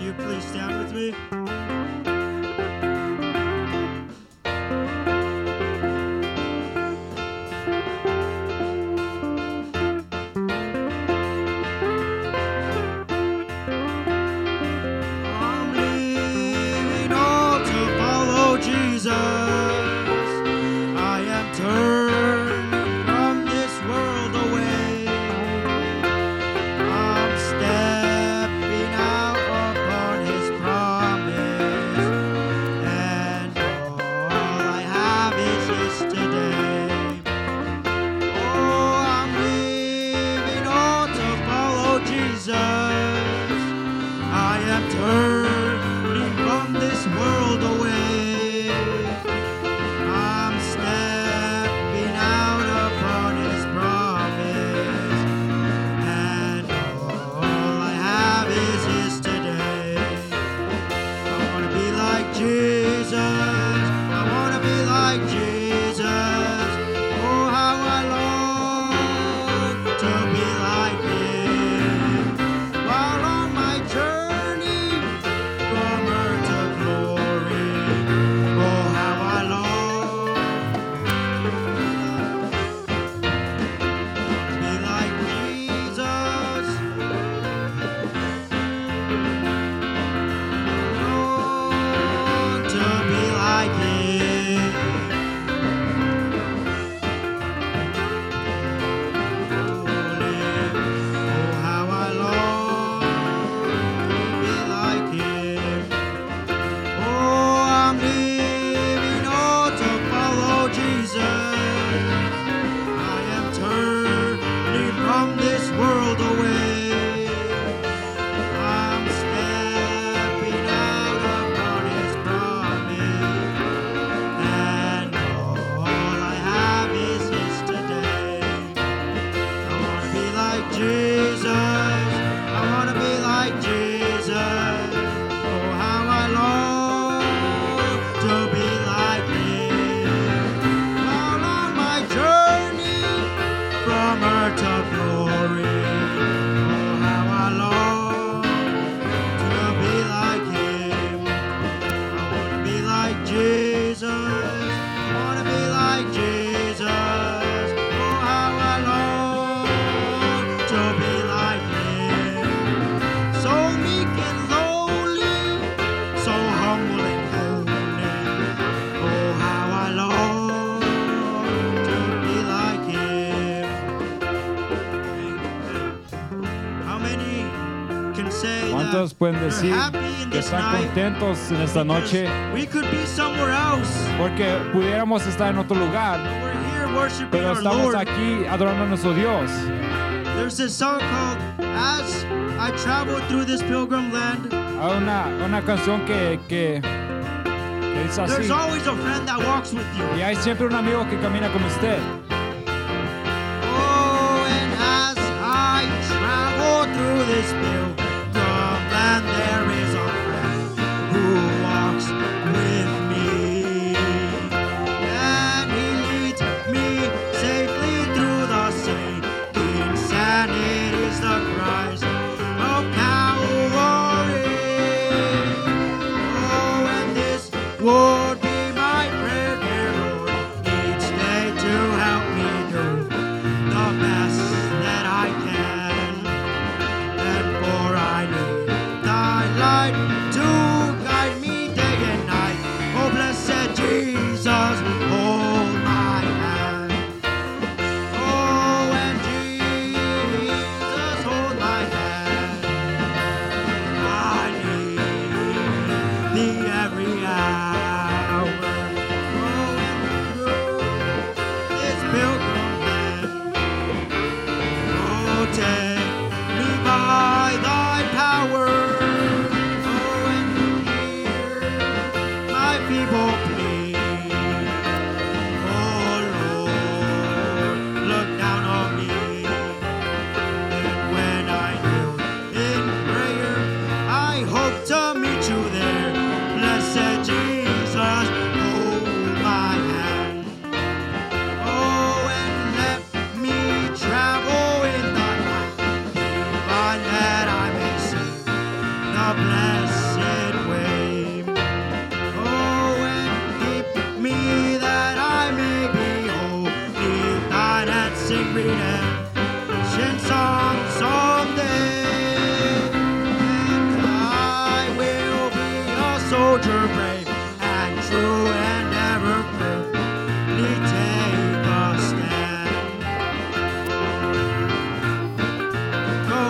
you please stand with me? I'm leaving all to follow Jesus. I am turning from this world away. I'm stepping out upon His promise, and all I have is yesterday. Oh, I'm leaving all to follow Jesus. I am turning from this world away. I'm stepping out upon His promise, and all I have is His today. I wanna be like Jesus. I wanna be like Jesus. Oh, how I long to be like Him. While on my journey from earth to glory, oh how I long to be like Jesus. Long Oh, to be like Him, holy. Oh, how I long to be like Him. Oh, I'm leaving all to follow Jesus. I am turning from this world away. I'm stepping out upon His promise, and all I have is His today. I wanna be like Jesus. I wanna be like Jesus. Oh, how I long to be like Him. While on my journey from earth to glory. Oh, how I long to be like Him. I wanna be like Jesus. I wanna be like Jesus. Oh, how I long to be like Him. So meek and lowly, so humble and holy. Oh, how I long to be like Him. How many can say ¿Cuántos that pueden they're decir happy in que this están night? contentos en esta noche? Because We could be somewhere else. Porque pudiéramos estar en otro lugar, We're here worshiping pero our estamos Lord. aquí adorando a nuestro Dios. There's this song called As I Travel Through This Pilgrim Land. Hay una, una canción que, que, que dice así. There's always a friend that walks with you. Y hay siempre un amigo que camina con usted. Oh, and as I travel through this pilgrim land, there is a friend who walks with me. And he leads me safely through the same insanities, the cries of Calvary. Oh, and this would be my prayer, dear Lord, each day to help me do the best that I can. And for I need thy light to guide me day and night. Oh, blessed Jesus, hold my hand. Oh, and Jesus, hold my hand. I need thee every hour. Going through this pilgrim land. Oh, take me by thy power. Oh, and hear my feeble plea. Oh, Lord, look down on me. And when I kneel in prayer, I hope to meet you there. Blessed Jesus, hold my hand. Oh, and let me travel in thy light Oh, ocean song someday. And I will be a soldier brave and true and ever prove. Me take a stand. Go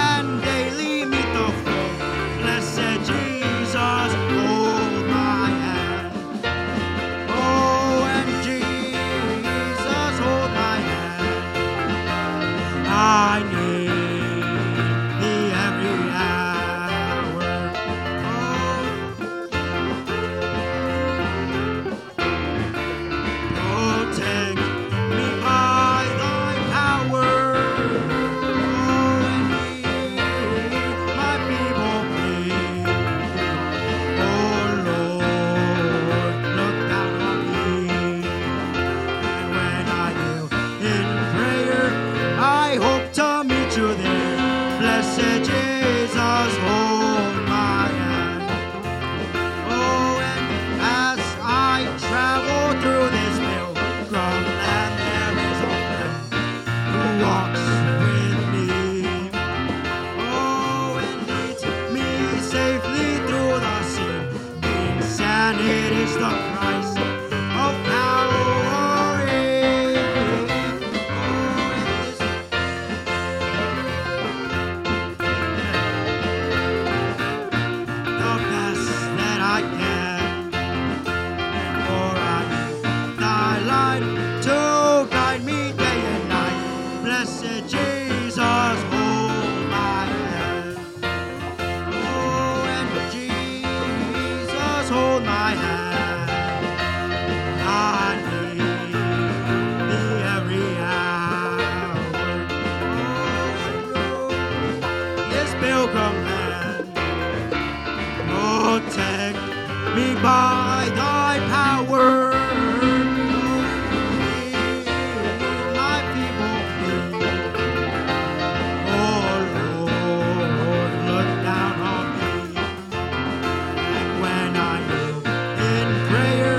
and daily meet the foe. Blessed Jesus, hold my hand. Oh, and Jesus, hold my hand. I need thee every hour. Oh, Protect me by thy power. Oh, and heal my feeble plea. Oh, Lord, look down on me. And when I kneel in prayer, I hope to meet you there. Blessed Jesus, hold my hand. Oh, and as I travel through this pilgrim land, there is a friend who walks with me. Oh, and leads me safely through the sea. Insanity is the price of power. Oh, and this the best that I can. For I need thy light to guide me day and night. Blessed Jesus, hold my hand. Oh, and Jesus, hold my hand. I need thee every hour. Oh, this pilgrim land protect me by thy power. My people flee. Oh Lord, look down on me. And when I kneel in prayer,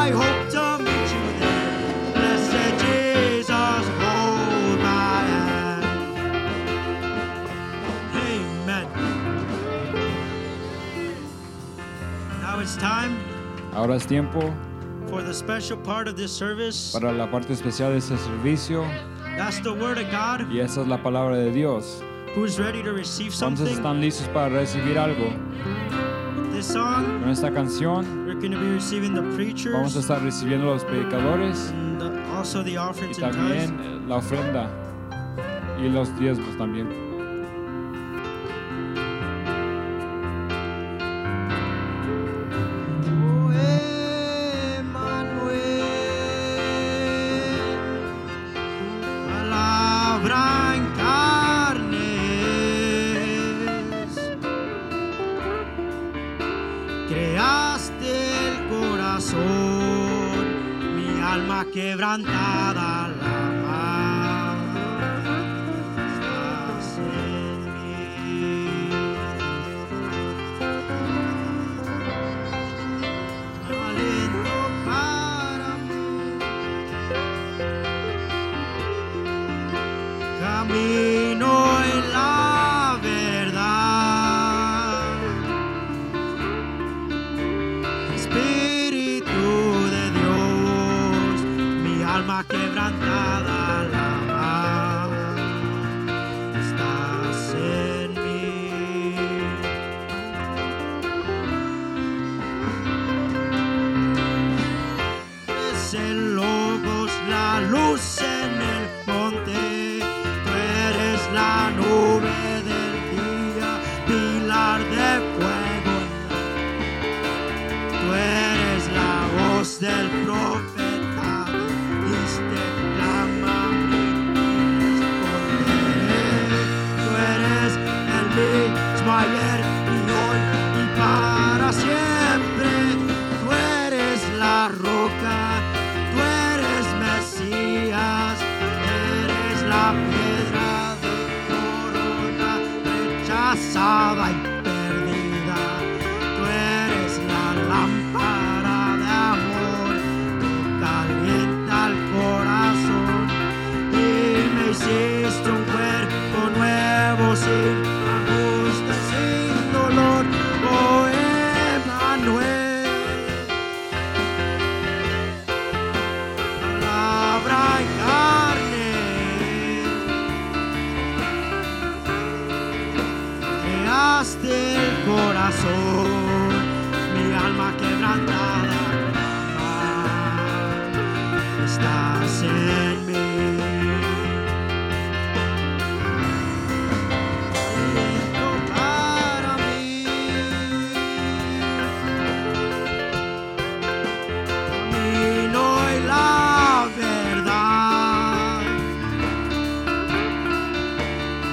I hope to meet you there. Blessed Jesus, hold my hand. Amen. Now it's time Ahora es tiempo for the special part of this service. para la parte especial de este servicio That's the word of God y esa es la palabra de Dios. who's ready to receive Entonces something. están listos para recibir algo. This song, Con esta canción we're going to be receiving the preachers vamos a estar recibiendo a los predicadores and the- also the y offerings and tithes. también eh, la ofrenda y los diezmos también. Oh, Emmanuel, Palabra en carnes, creaste el corazón, mi alma quebrantada, la estás en mí. Aliento para mí. Camino en la verdad, Espíritu de Dios, mi alma quebrantada la estás en mí. es el logos, la luz en el monte. Tú eres la nube del día, pilar de fuego. Tú eres la voz del profeta, diste clama a mí y responderé. Tú eres el mismo ayer y hoy y para siempre. Tú eres la roca, tú eres Mesías, eres la piedra de corona rechazada y perdida. Tú eres la lámpara de amor, tú calienta el corazón y me hiciste existe un cuerpo nuevo sin angustia, sin dolor, poema nuevo. Palabra y carne, creaste el corazón, mi alma quebrantada. Estás en mí. Listo para mí. Camino y la verdad.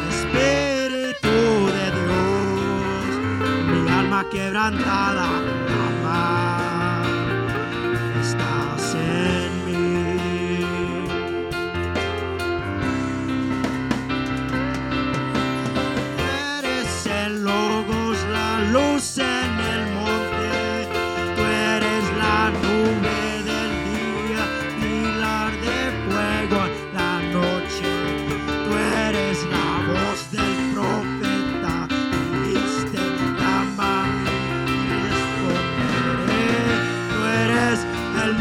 Espíritu de Dios, mi alma quebrantada jamás estás en mí. eres el logos, la luz en el monte, tú eres la nube del día, pilar de fuego en la noche, tú eres la voz del profeta, dijiste, llámame y responderé, tú eres el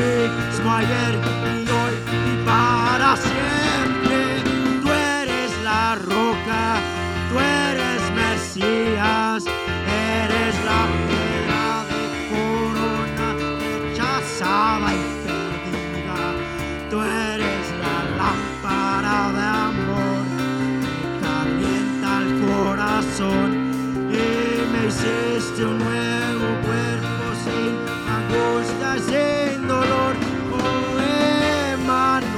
mismo ayer y hoy y para siempre, tú eres la roca, tú eres Mesías, eres la piedra de corona rechazada y perdida, tú eres la lámpara de amor que calienta el corazón y me hiciste un nuevo cuerpo sin angustia, y sin dolor, oh Emmanuel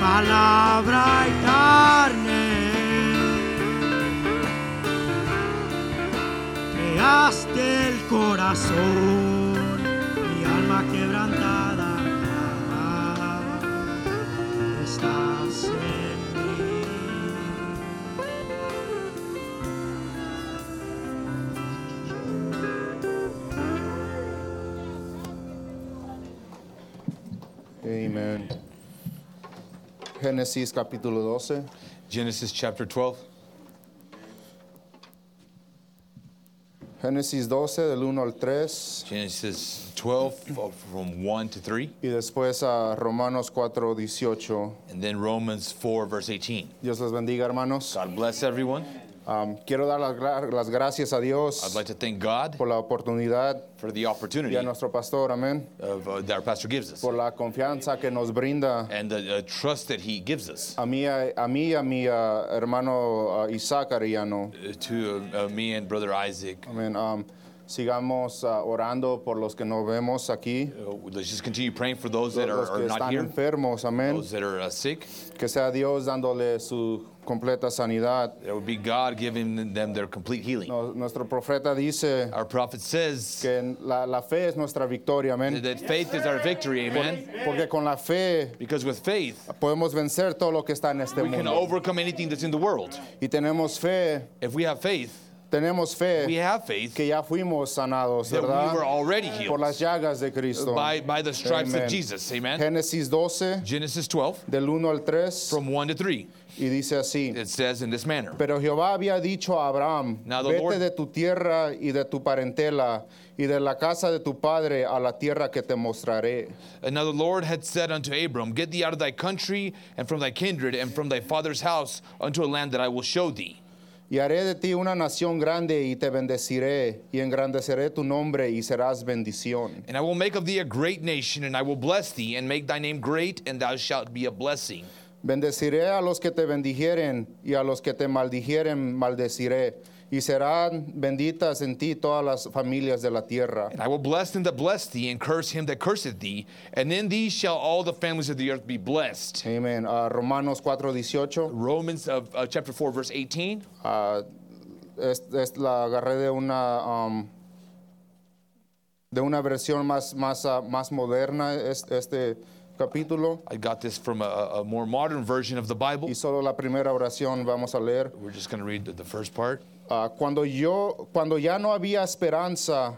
palabra y carne. Creaste el corazón, mi alma quebrantada. Estás en mí. Amen. Génesis capítulo 12. Genesis chapter 12, Génesis 12 del 1 al 3 Genesis 12 uh, from 1 to 3, y después a Romanos 4, 18. and then Romans 4 verse 18. Dios les bendiga hermanos. God bless everyone. Um, quiero dar las, gra- las gracias a I'd Dios like to thank God por la oportunidad for the y opportunity a nuestro pastor, amén, of, uh, that our pastor gives us por la confianza que nos brinda and the uh, trust that he gives us a mí, a, a mí y a mi ah, hermano ah, Isaac Ariano. uh, to uh, uh, me and brother Isaac. Amén. Um, sigamos ah, orando por los que no vemos aquí, Uh, let's just continue praying for those that los are, que are not están here, enfermos, amén. those that are uh, sick. Que sea Dios dándole su completa sanidad. That would be God giving them their complete healing. No- nuestro profeta dice Our prophet says que en la, la fe es nuestra victoria, amén. that faith is our victory, amen? Porque con la fe Because with faith, podemos vencer todo lo que está en este we can mundo. overcome anything that's in the world. Y tenemos fe, If we have faith, tenemos we fe have faith que ya fuimos sanados, that we ¿verdad? were already healed Por las llagas de Cristo. by, by the stripes Amen. of Jesus. Amen. Génesis 12, Genesis 12, del 1 al 3, from 1 to 3, y dice así. it says in this manner Pero Jehová había dicho a Abraham, Now the vete Lord- de tu tierra y de tu parentela y de la casa de tu padre a la tierra que te mostraré. And now the Lord had said unto Abram, Get thee out of thy country and from thy kindred and from thy father's house unto a land that I will show thee. Y haré de ti una nación grande y te bendeciré y engrandeceré tu nombre y serás bendición. And I will make of thee a great nation, and I will bless thee, and make thy name great, and thou shalt be a blessing. Bendeciré a los que te bendijeren y a los que te maldijeren maldeciré. Y serán benditas en ti todas las familias de la tierra. And I will bless them that bless thee, and curse him that curseth thee, and in thee shall all the families of the earth be blessed. Amén. Ah, Romanos 4:18. Romans of uh, chapter 4, verse 18. Ah, es, es- la agarré de una um, de una versión más más ah, más moderna es- este capítulo I got this from a, a more modern version of the Bible. y solo la primera oración vamos a leer. We're just going to read the, the first part. Ah, cuando yo cuando ya no había esperanza,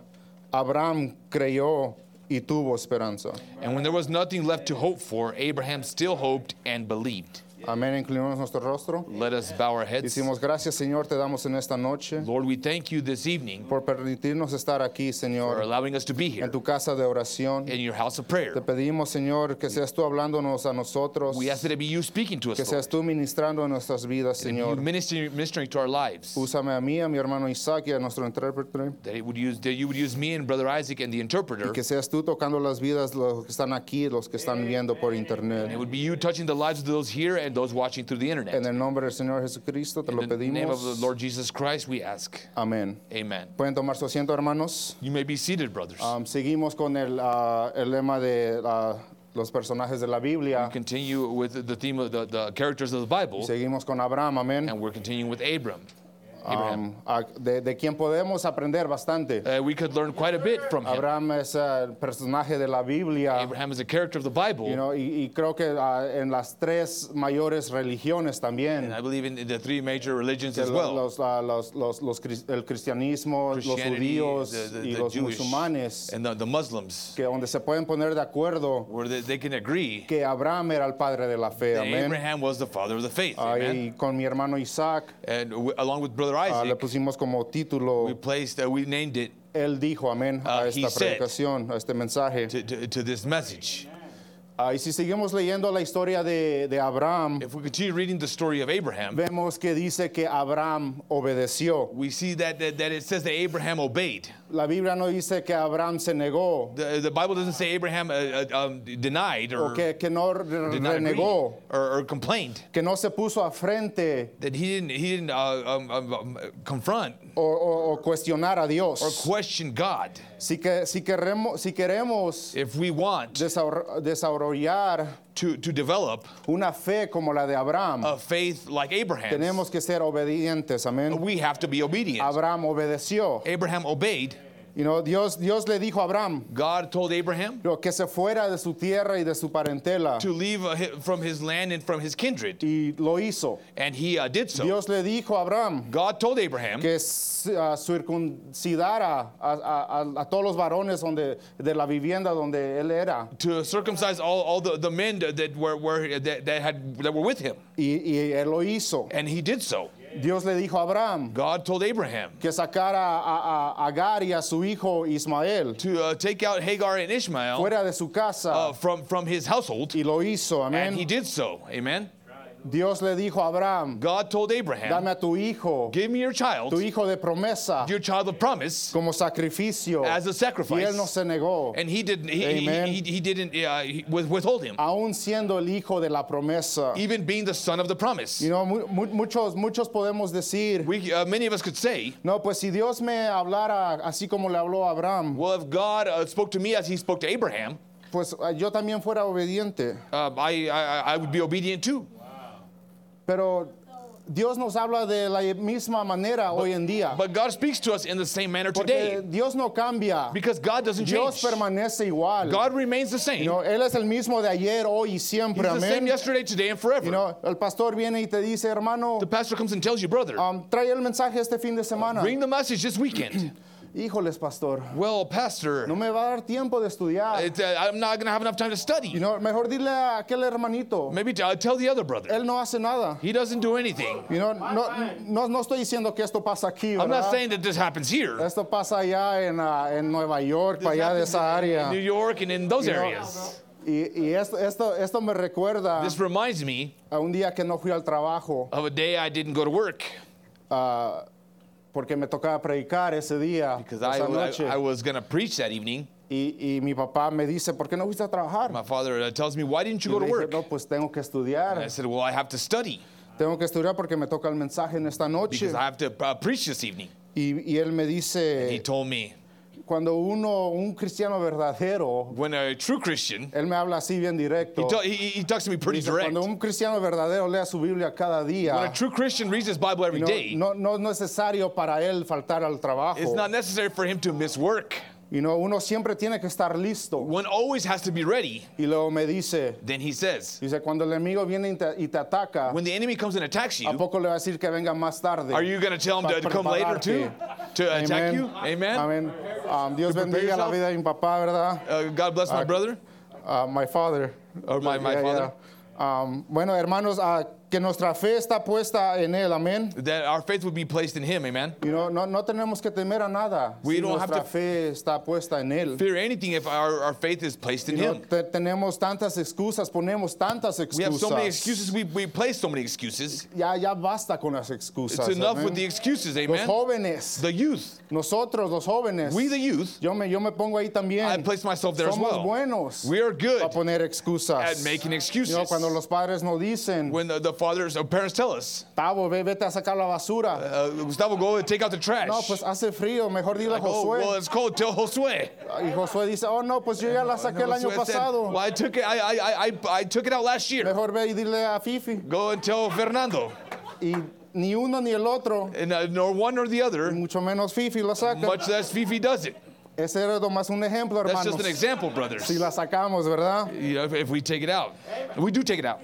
Abraham creyó y tuvo esperanza. And when there was nothing left to hope for, Abraham still hoped and believed. Amén. Inclinamos nuestro rostro. Let us bow our heads. Decimos gracias, Señor, te damos en esta noche Lord, we thank you this evening por permitirnos estar aquí, for Señor, allowing us to be en here tu casa de oración. in your house of Te prayer. pedimos, Señor, que seas tú hablándonos a nosotros, We ask that it be you speaking to que us, Lord. seas tú ministrando en nuestras vidas, That it be you Señor. ministering, ministering to our lives. Úsame a mí, a mi hermano Isaac y a nuestro intérprete. That, it would use, that you would use me and Brother Isaac and the interpreter. Que seas tú tocando las vidas, los que están aquí, los que están viendo por It internet. would be you touching the lives of those here and those watching through the En internet. el nombre del Señor Jesucristo te lo In the name of the pedimos. Lord Jesus Christ, we ask. Amén. Amen. Pueden tomar su asiento, hermanos. You may be seated, brothers. Um, seguimos con el, ah, el lema de ah, los personajes de la Biblia. Continue with the theme of the, the characters of the Bible, Seguimos con Abraham, amén. and we're continuing with Abram. Abraham. Um, ah, de, de quien podemos aprender bastante. Uh, we could learn quite a bit from him. Abraham es ah, el personaje de la Biblia. Abraham is a character of the Bible, you know, y, y creo que ah, en las tres mayores religiones también. and I believe in, in the three major religions de as lo- well. los, ah, los- los- los cris- el cristianismo, los Christianity, judíos the, the, y the los Jewish, musulmanes, and the, the Muslims, que donde se pueden poner de acuerdo where they, they can agree que Abraham era el padre de la fe, that amén. Abraham was the father of the faith. Ah, amen. y con mi hermano Isaac And w- along with ah, le Brother Isaac, pusimos como título, we placed, uh, we named it él dijo, amén, Ah, a he esta said. predicación, a este mensaje. to, to, to this message. Ah, y si seguimos leyendo la historia de, de Abraham, If we continue reading the story of Abraham, vemos que dice que Abraham obedeció. we see that, that, that it says that Abraham obeyed. La Biblia no dice que Abraham se negó The, the Bible doesn't say Abraham uh, uh, um, denied o or que, que no re- did not agree renegó, or, or complained. que no se puso a frente That he didn't, he didn't uh, um, um, um, confront o, o- o cuestionar a or Dios. question God. Si, que, si, queremos, si queremos If we want desarro- desarrollar to, to develop una fe como la de Abraham, a faith like Abraham's, tenemos que ser obedientes, amén. we have to be obedient. Abraham obedeció. Abraham obeyed. You know, Dios, Dios le dijo a Abraham God told Abraham you know, que se fuera de su tierra y de su parentela to leave uh, hi- from his land and from his kindred, y lo hizo. and he uh, did so. Dios le dijo a Abraham God told Abraham que s- ah, circuncidara a, a- a- a todos los varones donde, de la vivienda donde él era. to circumcise all, all the, the men that, that were, were that, that had that were with him, Y, y él lo hizo. and he did so. Dios le dijo a Abraham God told Abraham que sacara a, a- a Agar y a su hijo Ismael to uh, take out Hagar and Ishmael fuera de su casa. uh, from from his household, y lo hizo, and he amén. did so. Amen. Dios le dijo a Abraham, God told Abraham, dame a tu hijo, "Give me your tu child, hijo de promesa, your child of promise, como sacrificio. as a Y él no sacrifice." se negó, And he didn't. He, he- Amen. Ah. he, he didn't uh, he- with- withhold him, aún siendo el hijo de la promesa. even being the son of the promise. You know, mu- mu- muchos, muchos podemos decir, We, uh, many of us could say, No, pues si Dios me hablara así como le habló a Abraham, well, if God uh, spoke to me as he spoke to Abraham, pues ah, yo también fuera obediente. uh, I, I, I would be obedient too. Pero Dios nos habla de la misma manera hoy en día. But God speaks to us in the same manner Porque today Dios no cambia. because God doesn't Dios change. permanece igual. God remains the same. You know, él es el mismo de ayer, hoy y He's siempre. the same Amén. yesterday, today, and You forever. know, el pastor viene y te dice, hermano, The pastor comes and tells you, brother, um, trae el mensaje este fin de semana. bring the message this weekend. Híjoles, pastor, well, pastor, no me va a dar tiempo de estudiar. it's, uh, I'm not going to have enough time to study. You know, mejor dile a aquel hermanito, Maybe t- uh, tell the other brother. él no hace nada. he doesn't do anything. You know, no, no, no estoy diciendo que esto pasa aquí, I'm ¿verdad? not saying that this happens here, Esto pasa allá en, ah, en Nueva York, para This allá de happens esa área. New York, and in those You know, Uh-huh. areas. y y esto, esto, esto me recuerda This reminds me a un día que no fui al trabajo of a day I didn't go to work ah, porque me tocaba predicar ese día, because I, esa noche. I, I was going to preach that evening. y, y mi papá me dice, ¿por qué no fuiste a trabajar? My father uh, tells me, why didn't you Y go le to dije, work? no, pues tengo que And I estudiar. said, well, I have to study Tengo que estudiar porque me toca el mensaje en esta noche. because I have to uh, preach this evening. Y, y él me He dice, told me, cuando uno, un cristiano verdadero, when a true Christian, él me habla así bien directo. he, ta- he, he talks to me pretty Dice, direct. cuando un cristiano verdadero lea su Biblia cada When día, a true Christian reads his Bible every no, day, no- no es necesario para él faltar al trabajo. it's not necessary for him to miss work. You know, uno siempre tiene que estar listo. One always has to be ready. Y luego me dice, Then he says, dice, cuando el enemigo viene y te, y te ataca, when the enemy comes and attacks ¿a you, poco le va a decir que venga más tarde? are you going to tell him Para to come later prepararte. too? To Amén. attack you? Amen. Amén. Um, Dios bendiga la yourself. vida de mi papá, ¿verdad? Uh, God bless my brother. Uh, my father. Or my- my father. yeah. Um, bueno, hermanos, ah, que nuestra fe está puesta en Él, amén. That our faith would be placed in him. Amen. You know, no, no tenemos que temer a nada. We si don't have nuestra to- fe está puesta en Él. Fear anything if our, our faith is placed in You know, him. te- tenemos tantas excusas, ponemos tantas We have so many excusas. excuses. We, we place so many excuses. Ya, ya basta con las excusas. It's enough amén. with the excuses. los Amen. jóvenes, The youth, nosotros los jóvenes, we the youth, yo, me, yo me pongo ahí también. I place myself there as Somos well. buenos We are good para poner excusas. at making You know, excuses. cuando los padres nos dicen, When the, the fathers or parents tell us, Tavo, ve, vete a sacar la basura. uh, Gustavo, go and take out the trash. No, pues hace frío, mejor dile a Like, oh, Josué. well, it's cold. Tell Josue. y Josué dice, oh no, pues yo ya la saqué el año Josue said, pasado. well, I took it. I, I, I- I, I took it out last year. Mejor ve y dile a Fifi. Go and tell Fernando. Y ni uno ni el otro, And uh, nor one or the y other. mucho menos Fifi lo saca. Much less Fifi does it. Ese era nomás un ejemplo, That's just hermanos. an example, brothers. Si la sacamos, ¿verdad? You know, if, if we take it out, we do take it out.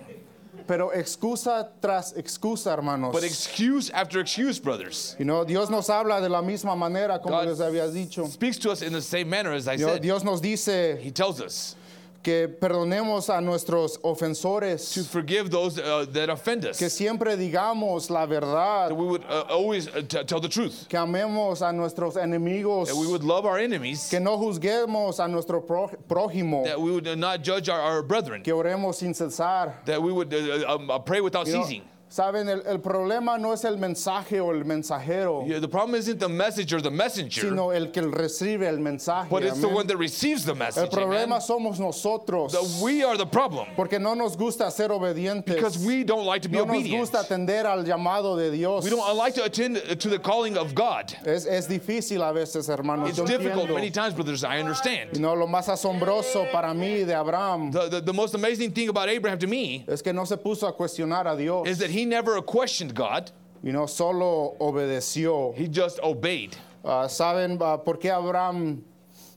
Pero excusa tras excusa, hermanos. But excuse after excuse, brothers, You know, Dios nos habla de la misma manera como God- les había dicho. speaks to us in the same manner as I You know, said. Dios nos dice He tells us que perdonemos a nuestros to ofensores, forgive those uh, that offend us. que siempre digamos la verdad, That we would uh, always uh, t- tell the truth. que amemos a nuestros enemigos, That we would love our enemies. que no juzguemos a nuestro pro- prójimo, That we would uh, not judge our, our brethren. que oremos sin cesar. That we would uh, uh, um, uh, pray without You know, ceasing. Saben, el, el problema no es el mensaje o el mensajero, Yeah, the problem isn't the message or the messenger, sino el que recibe el mensaje. but it's the amén. one that receives the El message. amen? problema somos nosotros, The- we are the problem porque no nos gusta ser obedientes. because we don't like to be no nos obedient. gusta atender al llamado de Dios. We don't like to attend to the calling of God. Es, es difícil a veces, hermanos. It's yo difficult entiendo. many times, brothers. I Y understand. no, lo más asombroso para mí de Abraham The, the, the most amazing thing about Abraham to me es que no se puso a cuestionar a Dios. is that he never questioned God, Y no solo obedeció. he just obeyed. Ah, ¿Saben ah, por qué Abraham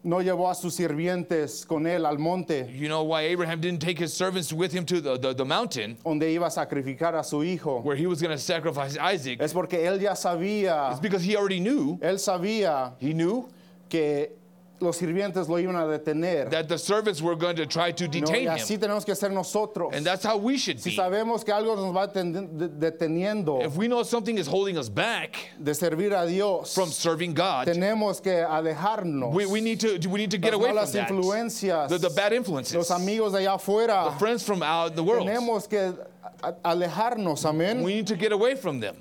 no llevó a sus sirvientes con él al monte You know why Abraham didn't take his servants with him to the, the, the mountain donde iba a sacrificar a su hijo? where he was going to sacrifice Isaac? Es porque él ya sabía, It's because he already knew, él sabía he knew que los sirvientes lo iban a detener. that the servants were going to try to ¿no? Y detain así him. tenemos que ser nosotros. And that's how we should Si be. sabemos que algo nos va deten- de- deteniendo If we know something is holding us back de servir a Dios, from serving God, tenemos que alejarnos. we, we, need, to, we need to get las away from malas that. influencias, The, the bad influences, los the amigos de allá afuera, friends from out the world. tenemos que a- a- alejarnos, amén. We need to get away from them.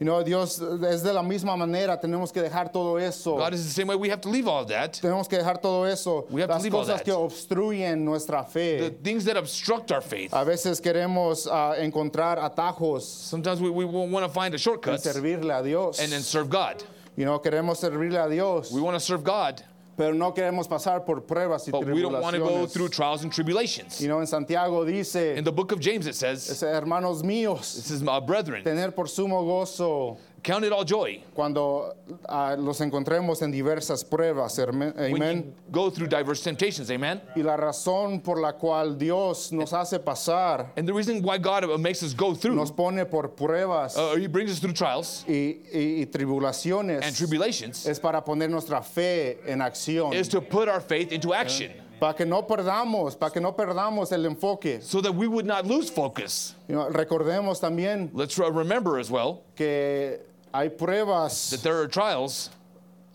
You know, Dios es de la misma manera, tenemos que dejar todo eso. God is the same way. We have to leave all that. tenemos que dejar todo eso, We have to las leave all cosas that. que obstruyen nuestra The fe. things that obstruct our faith. a veces queremos ah, encontrar atajos Sometimes we, we want to find a en shortcut servirle a Dios. and then serve God. you know, queremos servirle a Dios, We want to serve God, pero no queremos pasar por pruebas y but we don't want to go tribulaciones. through trials and tribulations. You know, en Santiago dice, In the book of James, it says, dice, hermanos míos, This is my brethren, tener por sumo gozo count it all joy cuando ah, los encontremos en diversas pruebas, herme- when amén. you go through diverse temptations. Amen. Y la razón por la cual Dios nos hace pasar, And the reason why God uh, makes us go through, nos pone por pruebas uh, He brings us through trials y, y- y and tribulaciones, tribulations, es para poner nuestra fe en acción, is to put our faith into action para que no perdamos, para que no perdamos el enfoque. so that we would not lose focus. You know, recordemos también Let's uh, remember as well que hay pruebas that there are trials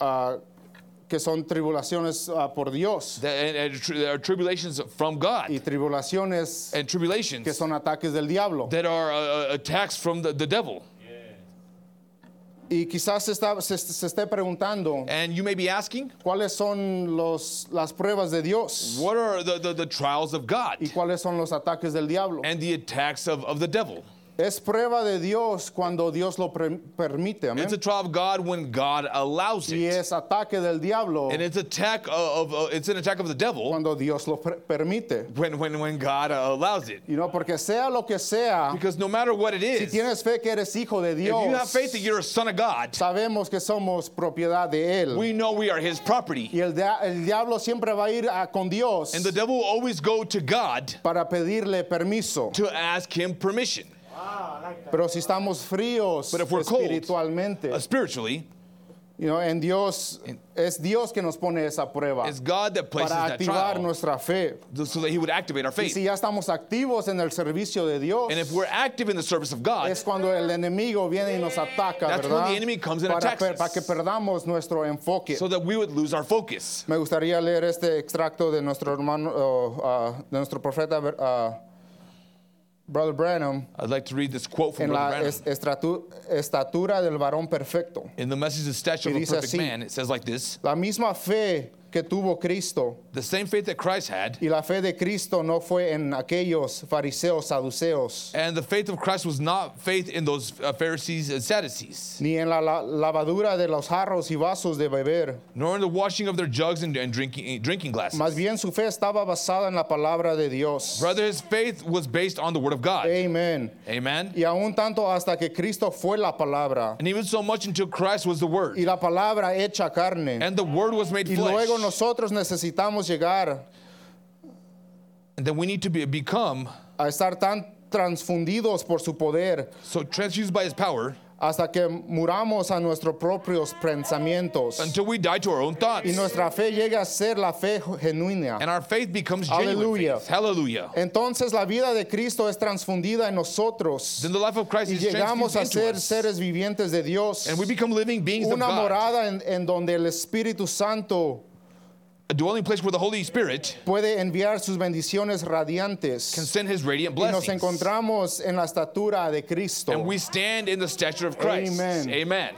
ah, que son tribulaciones ah, por Dios that, and, and tri- there are tribulations from God. y tribulaciones and que tribulations son ataques del diablo. that are uh, uh, attacks from the, the devil. Y quizás se, está- se- se esté preguntando And you may be asking, cuáles son los, las pruebas de Dios what are the, the, the trials of God y cuáles son los ataques del diablo. and the attacks of, of the devil? Es prueba de Dios cuando Dios lo pre- permite, amén. It's a trial of God when God allows Y it. es ataque del diablo And it's attack of, of uh, it's an attack of the devil cuando Dios lo pre- permite. when when when God uh, allows it. Y no porque sea lo que sea, Because no matter what it si is, if tienes fe que eres hijo de you Dios, have faith that you're a son of God, sabemos que somos propiedad de él. we know we are His property. y el, dia- el diablo siempre va a ir a- con Dios And the devil will always go to God para pedirle permiso. to ask Him permission. Pero si estamos fríos But if we're cold, espiritualmente, Uh, spiritually, you know, en Dios In- es Dios que nos pone esa prueba it's God that places para that activar trial nuestra fe. so that He would activate our Y si faith. ya estamos activos en el servicio de Dios, And if we're active in the service of God, es cuando el enemigo viene y nos ataca, That's when ¿verdad? the enemy comes and para, attacks per- us. para que perdamos nuestro enfoque. so that we would lose our focus. Me gustaría leer este extracto de nuestro hermano, oh, ah, de nuestro profeta, ver- ah, Brother Branham, I'd like to read this quote from en Brother la Branham. es- estratu- estatura del varón perfecto. In the message, the stature of Y a dice perfect así. man, it says like this La misma fe que tuvo Cristo The same faith that Christ had, y la fe de Cristo no fue en aquellos fariseos saduceos, and the faith of Christ was not faith in those uh, Pharisees and Sadducees, ni en la, la- lavadura de los jarros y vasos de beber. nor in the washing of their jugs and, and drinking, drinking glasses. Más bien su fe estaba basada en la palabra de Dios. Rather, his faith was based on the Word of God. Amén. Amen. Y aún tanto hasta que Cristo fue la palabra And even so much until Christ was the y Word, la palabra hecha carne. and the Word was made Y luego flesh. nosotros necesitamos llegar And then we need to be, become a estar tan transfundidos por su poder so transfused by his power hasta que muramos a nuestros propios pensamientos until we die to our own y thoughts. nuestra fe llega a ser la fe genuina. And our faith becomes genuine. Hallelujah. faith. Hallelujah. Eh, Entonces la vida de Cristo es transfundida en nosotros Then the life of Christ y is llegamos transfused a into ser us. seres vivientes de Dios. And we become living beings of Una God. morada en, en donde el Espíritu Santo a dwelling place where the Holy Spirit puede enviar sus bendiciones can radiantes. send his radiant Y nos blessings. encontramos en la estatura de Cristo. And we stand in the stature of Christ. Amen. Amen.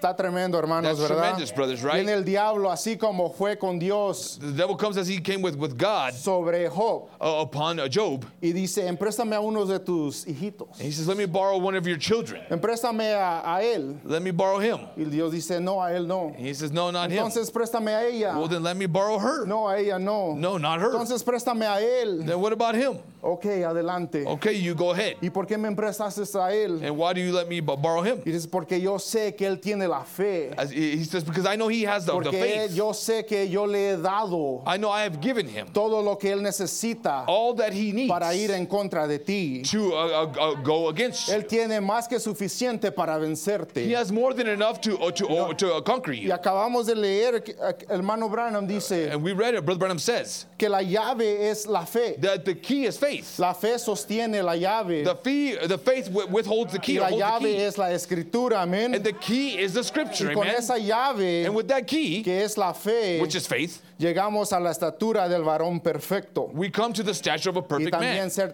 Está tremendo, hermanos, That's ¿verdad? tremendous, brothers, right? Viene el diablo, así como fue con Dios The devil comes as he came with, with God sobre Job, uh, upon uh, Job. y dice, empréstame a uno de tus hijitos. And he says, Let me borrow one of your children. Empréstame a, a él. Let me borrow him. Y Dios dice, no, a él no. And he says, No, not him. Entonces, préstame a ella. Well, then let me borrow her. No, a ella no. No, not her. Entonces, préstame a él. Then what about him? Ok, adelante. Okay, you go ahead. ¿Y por qué me emprestaste a él? And why do you let me b- borrow him? Y dice, porque yo sé que él tiene la fe. As he he says, Because I know he has the, the Porque faith. yo sé que yo le he dado I know I have given him todo lo que él necesita all that he needs para ir en contra de ti. to uh, uh, uh, go against you. Él tiene más que suficiente para He vencerte. has more than enough to uh, to uh, to uh, conquer Y you. acabamos de leer, que, eh, hermano Branham dice And we read it. Brother Branham says que la llave es la fe. that the key is faith. La fe sostiene la llave. The fee, the faith wi- withholds the Y key. la or holds the llave key. es la escritura, And amén. the key is the Scripture. Y con Amen. esa llave, And with that key, que es la fe, which is faith, llegamos a la estatura del varón perfecto. we come to the stature of a Y perfect también man ser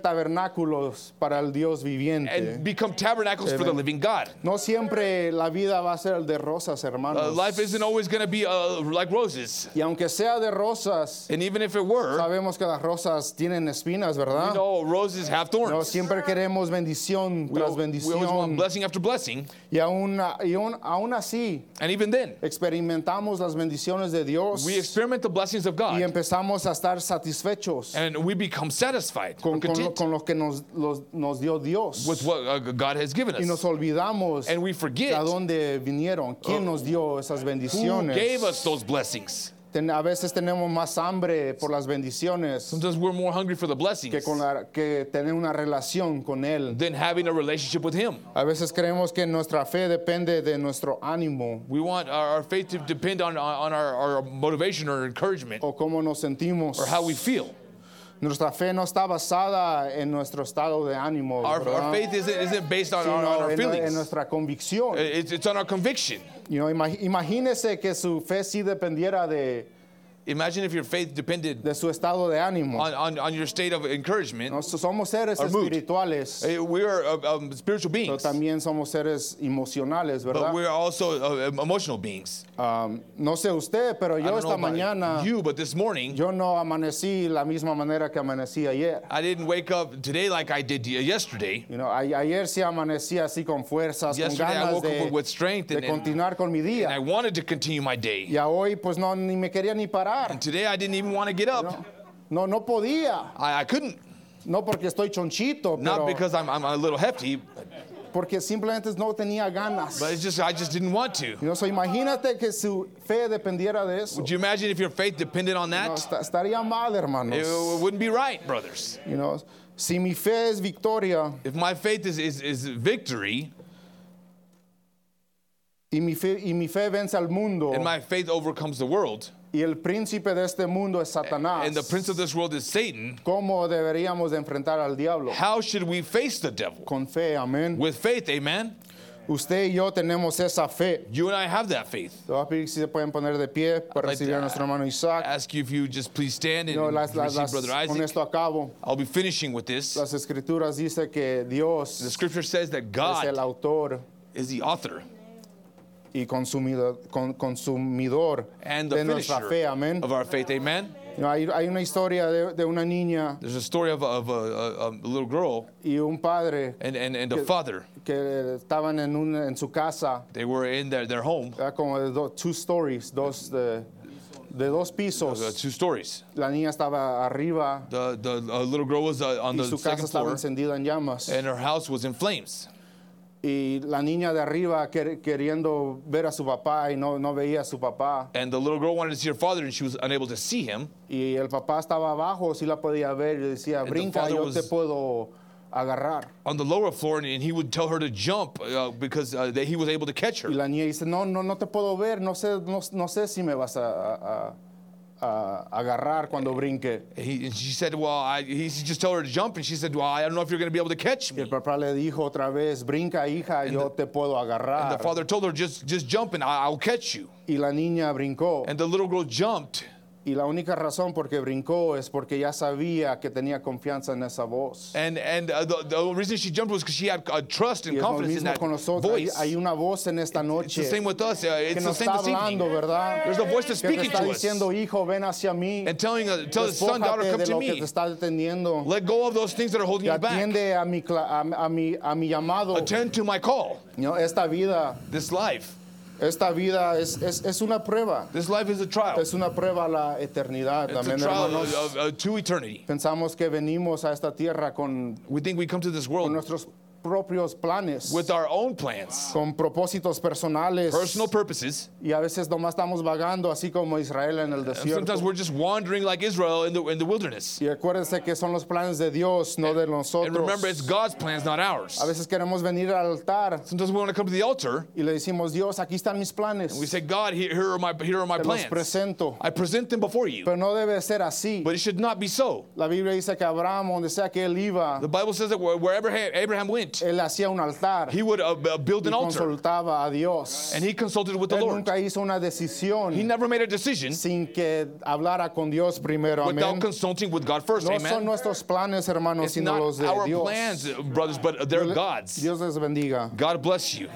tabernáculos para el Dios and viviente. become tabernacles for the Amen. living God. No siempre la vida va a ser de rosas, Uh, hermanos. life isn't always going to be uh, like roses. Y aunque sea de rosas, And even if it were, sabemos que las rosas tienen espinas, ¿verdad? you know, roses have No, thorns. siempre queremos bendición We, tras al- we always want bendición. blessing after blessing. Y aún, y aún, aún así And even then, experimentamos las bendiciones de Dios we experiment the blessings of y God empezamos a estar satisfechos and we become satisfied or con, con lo, content con lo que nos, los- nos dio Dios. with what uh, God has given Y nos us. olvidamos And we de forget Uh, a dónde vinieron, quién nos dio esas who bendiciones. gave us those blessings. Ten- a veces tenemos más hambre por las bendiciones Sometimes we're more hungry for the que, blessings con la- que tener una relación con Él. than having a relationship with Him. A veces creemos que nuestra fe depende de nuestro ánimo We want our, our faith to depend on, on our, our motivation or encouragement o cómo nos sentimos. or how we feel. Nuestra fe no está basada en nuestro estado de ánimo, Our, ¿verdad? our faith isn't, isn't based on, sino on, on en, our en feelings, Eh. nuestra convicción. it's, it's on our conviction. You know, ima- imagínese que su fe sí dependiera de, Imagine if your faith depended de su estado de ánimo. on, on, on your state of encouragement. Nosotros somos seres Our mood. espirituales, Eh, We are uh, um, spiritual pero beings, también somos seres emocionales, ¿verdad? but we are also uh, emotional beings. Um, no sé usted, pero I yo don't know esta about mañana, you, but this morning, yo no amanecí la misma manera que amanecí ayer. I didn't wake up today like I did y- yesterday. You know, a- ayer sí amanecí así con fuerzas, con Yesterday I ganas woke de, up with strength de and, and, continuar con mi and I día. wanted to continue my day. Y a hoy pues no, ni me quería ni parar. Today I didn't even want to get up. No, no podía. I, I couldn't. No porque estoy chonchito, Not pero because I'm, I'm a little hefty, but, porque simplemente no tenía ganas. but it's just I just didn't want to. You know, so imagínate que su fe dependiera de eso. Would you imagine if your faith depended on No, that? esta- estaría mal, hermanos. It, it wouldn't be right, brothers. You know, si mi fe es victoria If my faith is, is, is victory y mi fe, y mi fe vence al mundo and my faith overcomes the world y el príncipe de este mundo es Satanás, and the prince of this world is Satan, ¿cómo deberíamos de enfrentar al diablo? how should we face the devil? Con fe, amén. With faith, amen? Usted y yo tenemos esa fe. You and I have that faith. Te voy a pedir si se pueden poner de pie para I'd like recibir a to nuestro hermano Isaac. ask you if you just please stand and No, las, las, receive las- Brother con Isaac. esto acabo. I'll be finishing with this. Las escrituras dice que The Dios scripture says that es el God autor is the author y consumido- con- consumidor, and the de nuestra fe, finisher amén. of our faith, amen? You know, Hay, hay una historia de, de una niña There's a story of a, of a, a, a little girl y un padre and, and, and a father. que estaban en, un- en su casa, They were in their, their home, era Ah, como de do- two stories, dos, de, de dos uh, pisos. two stories. La niña estaba arriba The, the uh, little girl was uh, on y the su casa second estaba floor, encendida en llamas. and her house was in flames. Y la niña de arriba quer- queriendo ver a su papá y no, no veía a su papá. And the little girl wanted to see her father, and she was unable to see him. Y el papá estaba abajo, sí la podía ver y le decía, the brinca, father yo was- te puedo agarrar. On the lower floor, and, and he would tell her to jump uh, because uh, they, he was able to catch her. Y la niña dice, no, no, no te puedo ver, no sé, no, no sé si me vas a, a- a- a agarrar cuando brinque. And He, and she said, "Well, I, he he just told her to jump," and she said, "Well, I don't know if you're going to be able to catch Y el me." papá le dijo otra vez, brinca hija, yo te puedo The agarrar. father told her, "Just, just jump, and I, I'll catch you." Y la niña brincó. And the little girl jumped, Y la única razón por qué brincó es porque ya sabía que tenía confianza en esa voz. and and uh, the, the reason she jumped was because she had uh, trust Y and es lo confidence in mismo that con nosotros. Hay, voice. hay una voz en esta It's the noche same with us. Uh, que it's the nos same está this hablando, evening. ¿verdad? There's a voice that's Que te speaking está to us diciendo, hijo, ven hacia mí. and telling uh, tell the son, daughter, Despójate come de to lo que me. te está deteniendo. Let go of those things that are holding que you back. atiende a mi, cla- a, a mi, a mi llamado. Attend to my call. You know, esta vida, This life, esta vida es, es, es una prueba. this life is a trial. It's Es una prueba a la eternidad a también, trial hermanos. of, of, uh, to eternity. Pensamos que venimos a esta tierra con We think we come to this world nuestros propios planes, with our own plans, con propósitos personales. personal purposes. Y a veces nomás estamos vagando, así como Israel en el Sometimes desierto. we're just wandering like Israel in the, in the wilderness. Y acuérdense que son los planes de Dios, no de And remember, nosotros. it's God's plans, not ours. A veces queremos venir al altar Sometimes we want to come to the altar. y le decimos, Dios, aquí están mis planes. We say, God, here, here are my here are my Te los plans. presento. I present them before you. Pero no debe ser así. But it should not be so. La Biblia dice que Abraham, donde sea que él iba, The Bible says that where- wherever Ha- Abraham went, él hacía un altar he would uh, uh, build Eh, y an altar, consultaba a Dios. and he consulted with the Él Lord. nunca hizo una decisión He never made a decision sin que hablara con Dios primero. without Amén. consulting with God first. No son Amen. nuestros planes, hermanos, It's sino los not de our uh, Dios. plans, uh, brothers, but they're God's. Dios les bendiga. God bless you.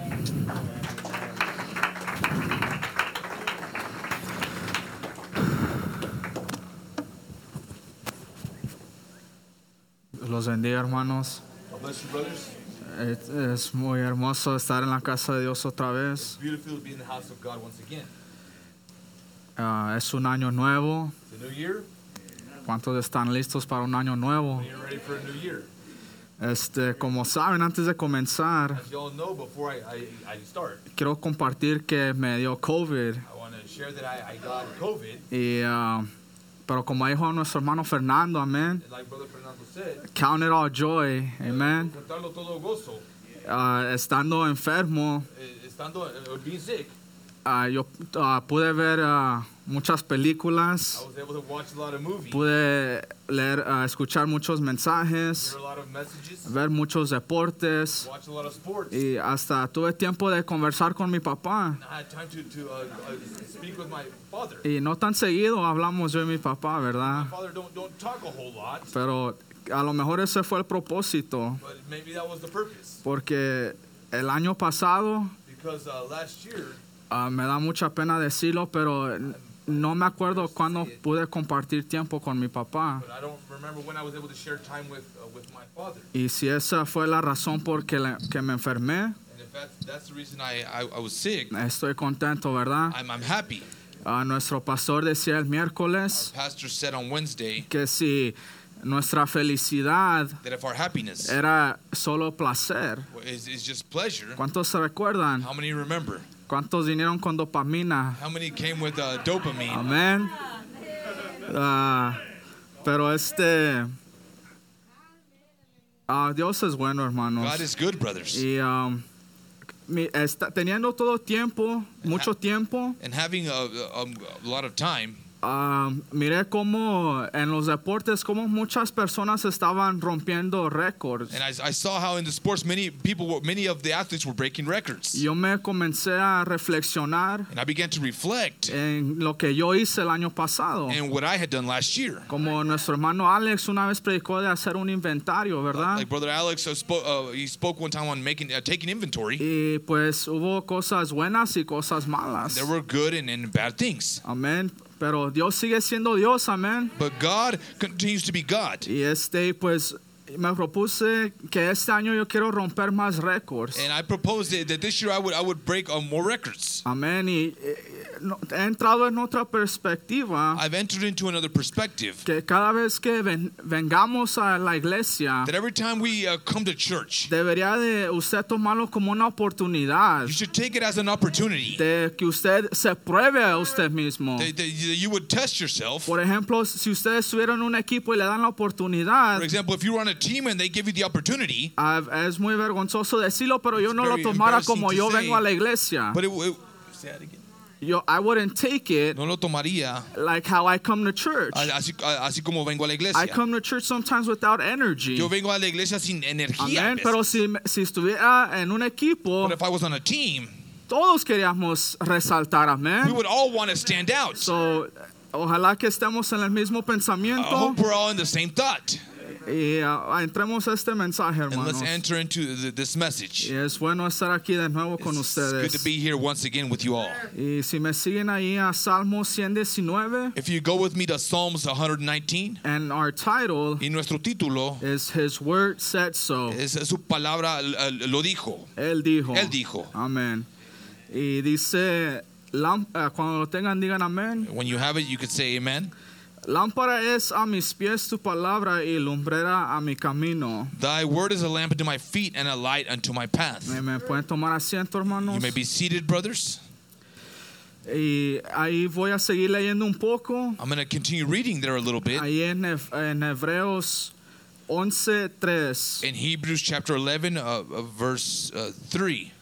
Los bendiga, hermanos. God bless you, brothers. Es, es muy hermoso estar en la casa de Dios otra vez. Beautiful to be in the house of God once again. Ah, es un año nuevo. It's a new year. ¿Cuántos están listos para un año nuevo? You're ready for a new year. Este, como saben, antes de comenzar, As y'all know, before I, I, I start, quiero compartir que me dio COVID. I want to share that I, I got COVID. Y, ah, pero como dijo nuestro hermano Fernando, amén. And like Brother Fernando said, Count it all joy, amén. contarlo todo gozo, E, Ah, estando enfermo, uh, eh, estando, eh, being sick, ah, yo ah, pude ver ah, muchas películas, I was able to watch a lot of movies. pude leer, uh, ah, escuchar muchos mensajes, Hear a lot of messages. ver muchos deportes Watch a lot of sports. y hasta tuve tiempo de conversar con mi papá. I had time to, to uh, uh, speak with my father. Y no tan seguido hablamos yo y mi papá, ¿verdad? My father don't, don't talk a whole lot, Pero a lo mejor ese fue el propósito, but maybe that was the purpose. porque el año pasado Because uh, last year, Ah, me da mucha pena decirlo, pero n- no me acuerdo cuándo pude compartir tiempo con mi papá. but I don't remember when I was able to share time with uh, with my father. Y si esa fue la razón por que, la- que me enfermé, And if that's, that's the reason I, I, I was sick, estoy contento, ¿verdad? I'm, I'm happy. Ah, nuestro pastor decía el miércoles Pastor said on Wednesday que si nuestra felicidad that if our happiness era solo placer, is, is just pleasure, ¿cuántos se recuerdan? how many remember? ¿Cuántos vinieron con dopamina? How many came with uh, dopamine? Amén. Ah, pero este... ah, Dios es bueno, hermanos. God is good, brothers. Y um, mi- está- teniendo todo tiempo, mucho tiempo, And having a, a, a lot of time, um, miré cómo en los deportes, cómo muchas personas estaban rompiendo récords. and I, I saw how in the sports many people, were, many of the athletes were breaking records. Yo me comencé a reflexionar And I began to reflect en lo que yo hice el año pasado. and what I had done last year. Como nuestro hermano Alex una vez predicó de hacer un inventario, ¿verdad? Like brother Alex, uh, spoke, uh, he spoke one time on making uh, taking inventory. Y pues hubo cosas buenas y cosas malas. There were good and, and bad things, Amén. Pero Dios sigue siendo Dios, amén. but God continues to be God. Y este, pues, me propuse que este año yo quiero romper más récords. And I proposed that, that this year I would I would break uh, more records. Amén. Y eh, no- he entrado en otra perspectiva I've entered into another perspective que cada vez que ven- vengamos a la iglesia, that every time we uh, come to church, debería de usted tomarlo como una oportunidad you should take it as an opportunity that, de que usted se pruebe a usted mismo. that you you would test yourself. Por ejemplo, si ustedes estuvieron en un equipo y le dan la oportunidad, For example, if you were on a team and they give you the opportunity, ah, es muy vergonzoso decirlo, pero yo It's no lo very tomara embarrassing como to yo say. vengo a la iglesia. but it, it say that again. Yo, I wouldn't take it no lo tomaría like how I come to church. a- así, a- así como vengo a la I iglesia. come to church sometimes without energy. Yo vengo a la iglesia sin energía. Amén. a Pero veces. si, si estuviera en un equipo, But if I was on a team, todos queríamos resaltar, we amén. would all want to stand out. So, ojalá que estemos en el mismo I pensamiento hope we're all in the same thought. y ah, entremos a este mensaje, And hermanos. let's enter into th- this message. Y es bueno estar aquí de nuevo con It's good to ustedes. be here once again with you all. Y si me siguen ahí a Salmo 119, If you go with me to Psalms 119, and our title y nuestro título is His Word Said So. es su palabra eh, lo dijo. Él dijo. Eh, Él dijo. Amén. Y dice, "Lám- ah, cuando lo tengan, digan amén. When you have it, you could say amen. Lámpara es a mis pies tu palabra y lumbrera a mi camino. Thy word is a lamp unto my feet and a light unto my path. ¿Me, me pueden tomar asiento, hermanos? You may be seated, brothers. Y ahí voy a seguir leyendo un poco. I'm going to continue reading there a little bit. Ahí en, Hef- en Hebreos 11:3. In Hebrews chapter 11, uh, uh, verse uh, 3,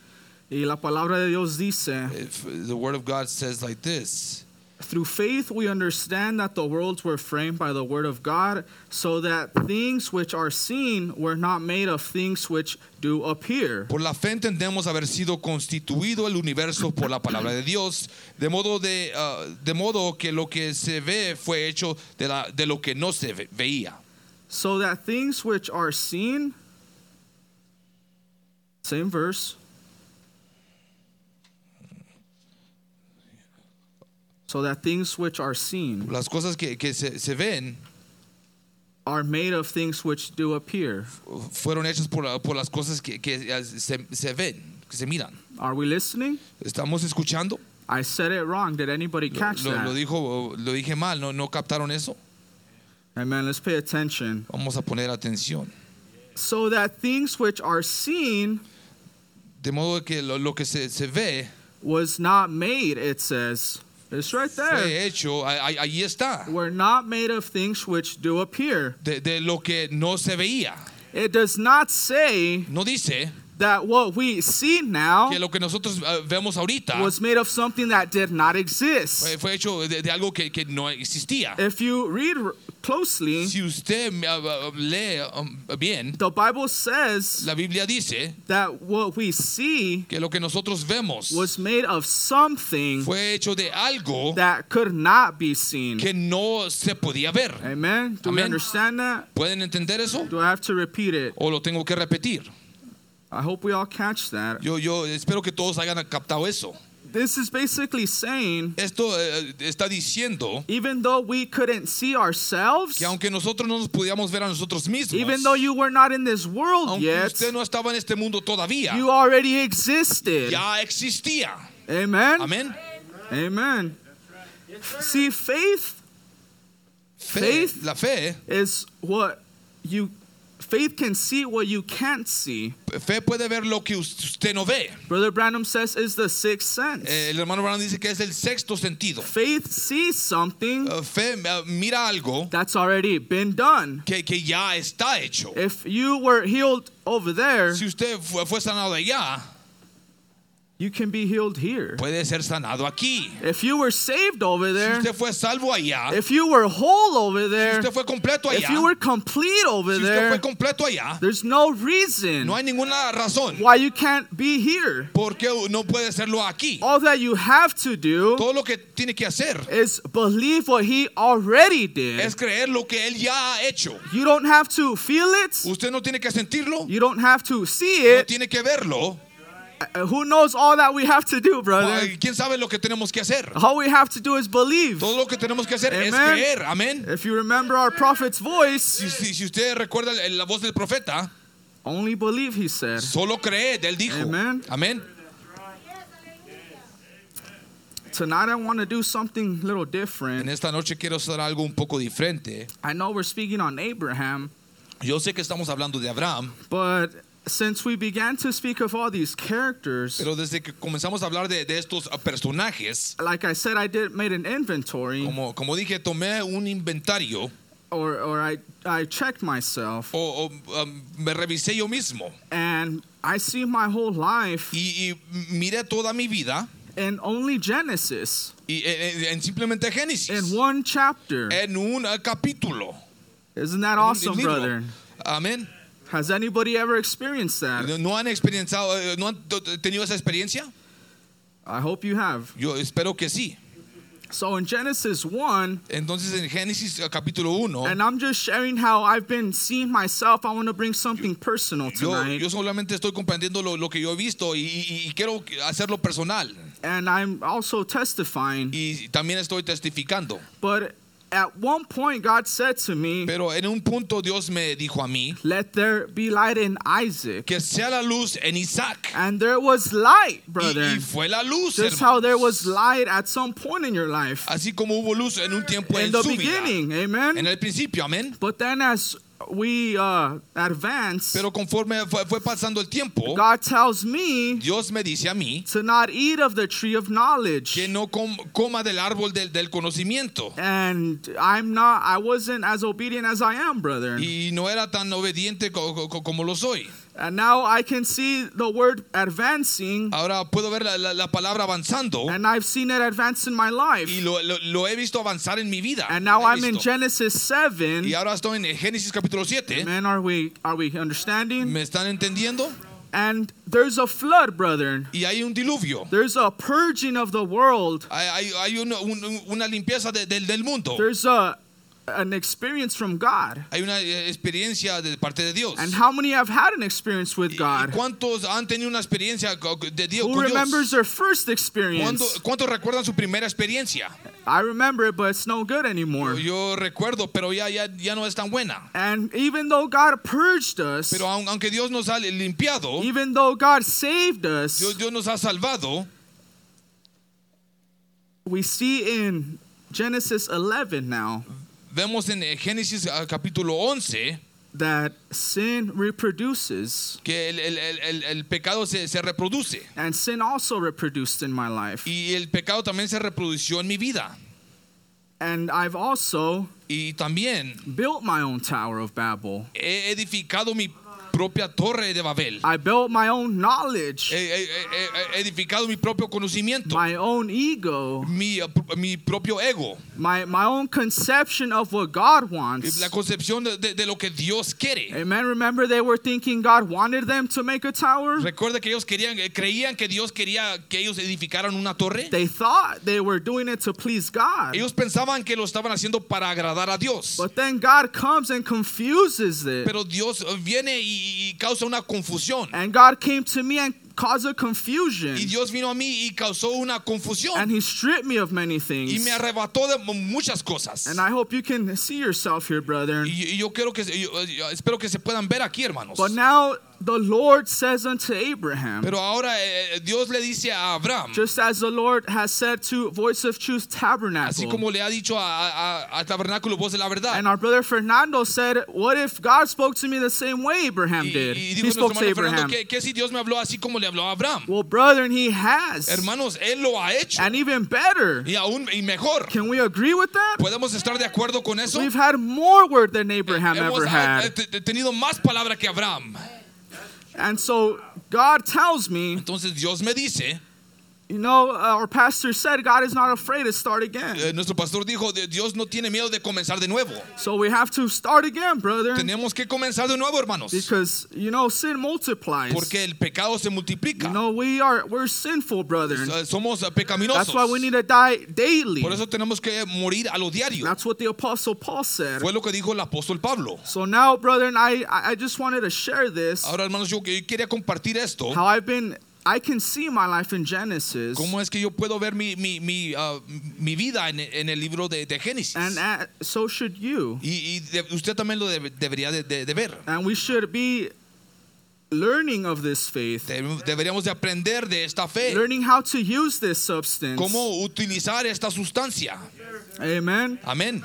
Y la palabra de Dios dice: if the word of God says like this Through faith we understand that the worlds were framed by the word of God, so that things which are seen were not made of things which do appear. Por la fe entendemos haber sido constituido el universo por la palabra de Dios, de modo, de, uh, de modo que lo que se ve fue hecho de, la, de lo que no se ve- veía. So that things which are seen, same verse. So that things which are seen Las cosas que, que se, se ven are made of things which do appear. fueron hechas por, la- por las cosas que, que eh, se, se ven, que se miran. Are we listening? ¿Estamos escuchando? I said it wrong. Did anybody catch Lo, lo that? dijo, lo dije mal, ¿no, ¿no captaron eso? Amen. Let's pay attention. Vamos a poner atención. So that things which are seen De modo que lo, lo que se, se ve was not made, it says. It's right there. fue hecho, a- a- ahí está, We're not made of things which do appear. de, de lo que no se veía. It does not say No dice that what we see now que lo que nosotros ah, vemos ahorita was made of something that did not exist. eh, fue hecho de, de algo que, que no existía. If you read r- closely, Si usted ah, ah, lee ah, bien, the Bible says la Biblia dice that what we see que lo que nosotros vemos was made of something fue hecho de algo that could not be seen. que no se podía ver. Amen. Do we Amen. understand that? ¿Pueden entender eso? Do I have to repeat it? ¿O lo tengo que repetir? I hope we all catch that. Yo, yo espero que todos hayan captado eso. This is basically saying Esto eh, está diciendo even though we couldn't see ourselves, que aunque nosotros no nos podíamos ver a nosotros mismos, even though you were not in this world aunque yet, usted no estaba en este mundo todavía, you already existed. ya existía. Amen. Amén. Amen. See, faith Fe- Faith. La fe, is what you faith can see what you can't see. fe puede ver lo que us- usted no ve. Brother Branham says is the sixth sense. Eh, el hermano Brown dice que es el sexto sentido. faith sees something Eh, fe eh, mira algo that's already been done. que, que ya está hecho. If you were healed over there, Si usted fu- fue sanado allá, you can be healed here. puede ser sanado aquí. If you were saved over Si there, usted fue salvo allá, if you were whole over si there, usted fue completo allá, if you were complete over si usted there, fue completo allá, there's no reason no hay ninguna razón why you can't be here. por qué no puede serlo aquí. All that you have to do Todo lo que tiene que hacer is believe what he already did. es creer lo que él ya ha hecho. You don't have to feel it. Usted no tiene que sentirlo, You don't have to see no it. tiene que verlo. Uh, Who knows all that we have to do, brother? Ay, ¿Quién sabe lo que tenemos que hacer? All we have to do is believe. Todo lo que tenemos que hacer es Amen. creer. Amén. If you remember our prophet's Si, voice, si- si usted recuerda el- la voz del profeta, only believe, he said. solo creed, él dijo. Amen. Amén. Tonight I want to do something a little En different. esta noche quiero hacer algo un poco diferente. I know we're speaking on Abraham, Yo sé que estamos hablando de Abraham, but since we began to speak of all these characters, pero desde que comenzamos a hablar de, de estos ah, personajes, like I said, I did made an inventory como, como dije, tomé un inventario or, or I, I checked myself o, o, um, me revisé yo mismo and I see my whole life y, y miré toda mi vida in only Genesis, y, en, en- en simplemente Génesis, in one chapter. en un ah, capítulo. Isn't that en un awesome, libro. brother? Amén. Has anybody ever experienced that? ¿No han experimentado, eh, no han t- tenido esa experiencia? I hope you have. Yo espero que sí. So in Genesis 1, Entonces en Génesis eh, capítulo 1, and I'm just sharing how I've been seeing myself, I want to bring something personal yo, tonight. yo solamente estoy comprendiendo lo, lo que yo he visto y, y- y quiero hacerlo personal. and I'm also testifying. Y también estoy testificando. But at one point, God said to me, Pero en un punto Dios me dijo a mí Let there be light in Isaac. que sea la luz en Isaac. And there was Y- light, brother. Y, fue la luz. hermano. Just how there was light at some point in your life. Así como hubo luz en un tiempo In en the su vida. beginning, amen. En el principio, amén. But then as we uh, advance, Pero conforme fue, fue pasando el tiempo, God tells me Dios me dice a mí to not eat of the tree of knowledge. que no com- coma del árbol del, del conocimiento. And I'm not, I wasn't as obedient as I am, brother. Y no era tan obediente co- co- co- como lo soy. And now I can see the word advancing, Ahora puedo ver la, la- la palabra avanzando and I've seen it advance in my life. y lo, lo- lo he visto avanzar en mi vida. And Lo now he I'm in visto. Genesis 7. y ahora estoy en Génesis capítulo 7. Man, are we are we understanding? ¿Me están entendiendo? And there's a flood, brethren. Y hay un diluvio. There's a purging of the world. Hay, hay- hay una, un- una limpieza de- del- del mundo. There's a an experience from God. Hay una eh, experiencia de parte de Dios. And how many have had an experience ¿Y- with y God? ¿Cuántos han tenido una experiencia co- de Dios? Who con Dios? remembers their first ¿Cuándo- experience? ¿Cuántos recuerdan su primera experiencia? I remember it, but it's no good anymore. Yo recuerdo, pero ya, ya, ya no es tan buena. And even though God purged us, Pero aun- aunque Dios nos ha limpiado, even though God saved us, Dios, Dios nos ha salvado, we see in Genesis 11 now vemos en eh, Génesis ah, capítulo 11 that sin reproduces, que el, el- el- el- el pecado se, se reproduce. and sin also reproduced in my life. Y el pecado también se reprodució en mi vida. And I've also Y también built my own Tower of Babel. he edificado mi propia torre de Babel. I built my own knowledge, He, he- he- he edificado mi propio conocimiento, my own ego, mi, eh, pr- mi propio ego, my, my own conception of what God wants. la concepción de, de- de lo que Dios quiere. Amen. Remember, they were thinking God wanted them to make a tower. Recuerda que ellos querían, eh, creían que Dios quería que ellos edificaran una torre. They thought they were doing it to please God. Ellos pensaban que lo estaban haciendo para agradar a Dios. But then God comes and confuses it. Pero Dios eh, viene y, y causa una confusión. And God came to me and caused a confusion. Y Dios vino a mí y causó una And confusión. He stripped me of many Y things. me arrebató de mu- muchas cosas. And I hope you can see yourself here, brethren. Y y yo quiero que se- yo- yo espero que se puedan ver aquí, hermanos. But now the Lord says unto Abraham, Pero ahora eh, Dios le dice a Abraham, just as the Lord has said to Voice of Truth así Tabernacle. como le ha dicho a, a- a- a Tabernáculo Voz de la Verdad. And our brother Fernando said, What if God spoke to me the same way Abraham Y, did? y dijo He nuestro spoke to hermano Fernando, Abraham. ¿qué, qué si Dios me habló así como le habló a Abraham? Well, brethren, He has. Hermanos, Él lo ha hecho. And even better, Y aún y mejor. can we agree with that? ¿Podemos estar de acuerdo con eso? Eh, We've had more word than Abraham Hemos ever ah, eh, had. te- te- tenido más palabra que Abraham. And so God tells me, Entonces Dios me dice, you know, uh, our pastor said God is not afraid to start again. eh, nuestro pastor dijo, "De- Dios no tiene miedo de comenzar de nuevo. So we have to start again, brethren, Tenemos que comenzar de nuevo, hermanos. because you know sin multiplies. Porque el pecado se multiplica. You know, we are we're sinful, brethren. Eh, Somos eh, pecaminosos. That's why we need to die daily. Por eso tenemos que morir a lo diario. That's what the apostle Paul said. Fue lo que dijo el apóstol Pablo. So now, brethren, I I I just wanted to share this. Ahora, hermanos, yo que- quería compartir esto. How I've been, I can see my life in Genesis. ¿Cómo es que yo puedo ver mi, mi, mi, ah, mi vida en, en el libro de, de Génesis? And uh, so should you. Y, y de- usted también lo debe- debería de, de- de ver. And we should be learning of this faith, De- deberíamos de aprender de esta fe. learning how to use this substance. Cómo utilizar esta sustancia. Amen. Amén.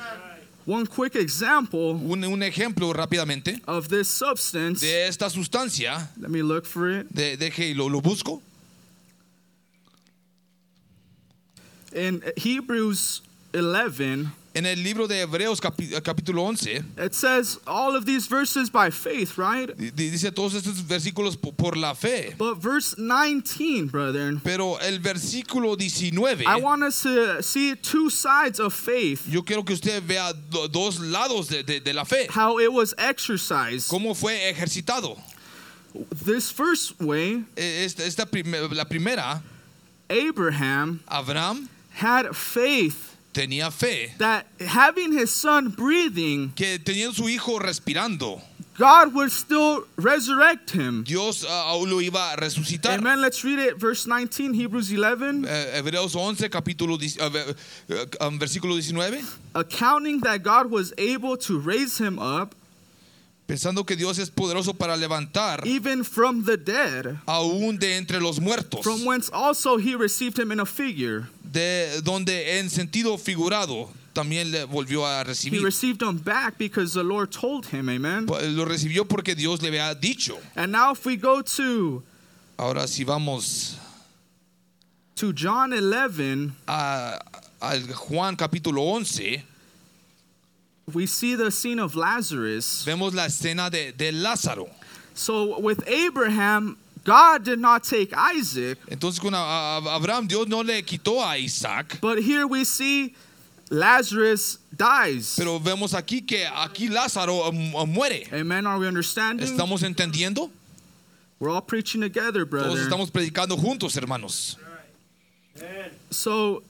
One quick example Un, un ejemplo rápidamente of this substance. de esta sustancia. Let me look for it. De, deje y lo, lo busco. In Hebrews 11, En el libro de Hebreos capi- capítulo 11 it says all of these verses by faith, right? di- di- dice todos estos versículos po- por la fe. But verse 19, brethren, Pero el versículo 19, I want us to see two sides of faith, yo quiero que usted vea do- dos lados de, de- de la fe. how it was exercised. ¿Cómo fue ejercitado? This first way, Eh, Esta, esta prime- la primera, Abraham Abraham had faith tenía fe. that having his son breathing, Que teniendo su hijo respirando, God would still resurrect him. Dios ah, aún lo iba a resucitar. Amen. Let's read it. Verse 19, Hebrews 11. Eh, Hebreos 11, capítulo, dis- eh, ve- eh, um, versículo 19. Accounting that God was able to raise him up, Pensando que Dios es poderoso para levantar even from the dead, aún de entre los muertos, from whence also he received him in a figure. de donde en sentido figurado también le volvió a He recibir. received him back because the Lord told him. Amen. Pa- Lo recibió porque Dios le había dicho. And now, if we go to, Ahora si vamos to John 11, a, al Juan capítulo 11, we see the scene of Lazarus. vemos la escena de, de Lázaro. So, with Abraham, God did not take Isaac. Entonces con a- a- Abraham Dios no le quitó a Isaac, But here we see Lazarus dies. pero vemos aquí que aquí Lázaro um, muere. Amen. Are we understanding? ¿Estamos entendiendo? We're all preaching together, Todos brother. estamos predicando juntos, hermanos. So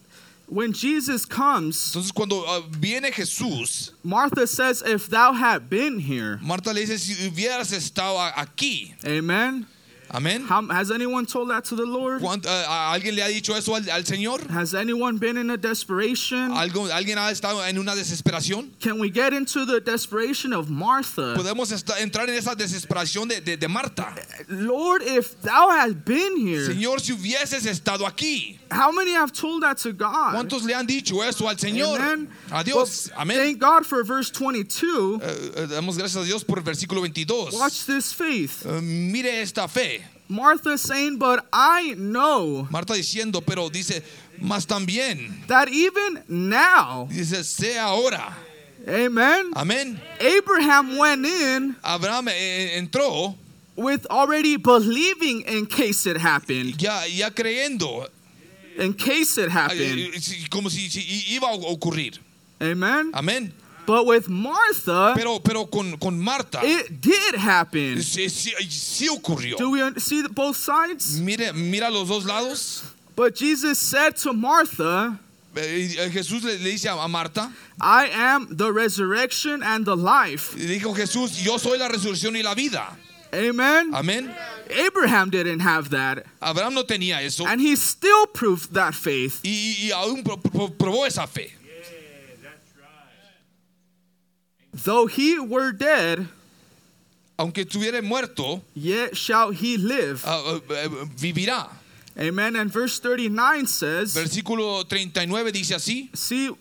when Jesus comes, Entonces cuando ah, viene Jesús, Martha says, If thou had been here. Marta le dice, si hubieras estado a- aquí, Amen. amén. How, has anyone told that to the Lord? ¿Cuánto- ah, ah, ¿Alguien le ha dicho eso al, al Señor? Has anyone been in a desperation? ¿Algo- ¿Alguien ha estado en una desesperación? Can we get into the desperation of Martha? Podemos esta- entrar en esa desesperación de, de- de Marta. Lord, if thou had been here. Señor, si hubieses estado aquí, How many have told that to God? ¿cuántos le han dicho eso al Señor? Amen. A Dios, Well, amén. Thank God for verse 22. Eh, eh, damos gracias a Dios por el versículo 22. Watch this faith. Eh, mire esta fe. Martha saying, But I know Marta diciendo, pero dice, más también. that even now, Dice, sea ahora. amen, Amén. Abraham went in Abraham eh, entró with already believing in case it happened. ya, ya creyendo, In case it happened. eh, si- como si, si iba a ocurrir. Amen. Amén. But with Martha, Pero, pero con, con Marta, it did happen. sí, sí- sí ocurrió. Do we un- see the- both sides? Mire, mira los dos lados. But Jesus said to Martha, Eh, eh, Jesús le, le dice a a Marta, I am the resurrection and the life. y dijo Jesús, yo soy la resurrección y la vida. Amen. Amén. Abraham didn't have that. Abraham no tenía eso And he still proved that faith. y, y aún pro- pro- probó esa fe. Though he were dead, Aunque estuviera muerto, yet shall he live. ah, ah, ah, vivirá. Amen. And verse 39 says, Versículo 39 dice así, See,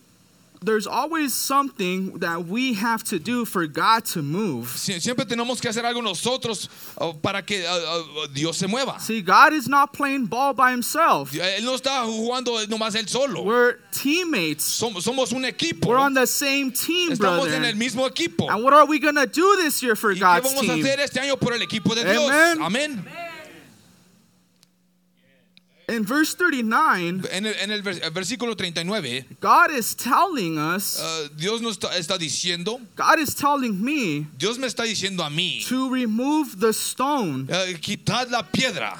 there's always something that we have to do for God to move. "Sie- siempre tenemos que hacer algo nosotros ah, para que ah, ah, Dios se mueva. See, God is not playing ball by himself. Él no está jugando nomás él solo. We're teammates. Som- Somos un equipo. We're on the same team, Estamos en brother. el mismo equipo. And what are we going to do this year for ¿Y qué vamos God's a team? hacer este año por el equipo de Dios? Amen. Amén. In verse 39, En el, en el vers- el versículo 39, God is telling us, ah, Dios nos está, está diciendo, God is telling me Dios me está diciendo a mí, to remove the stone. ah, quitad la piedra.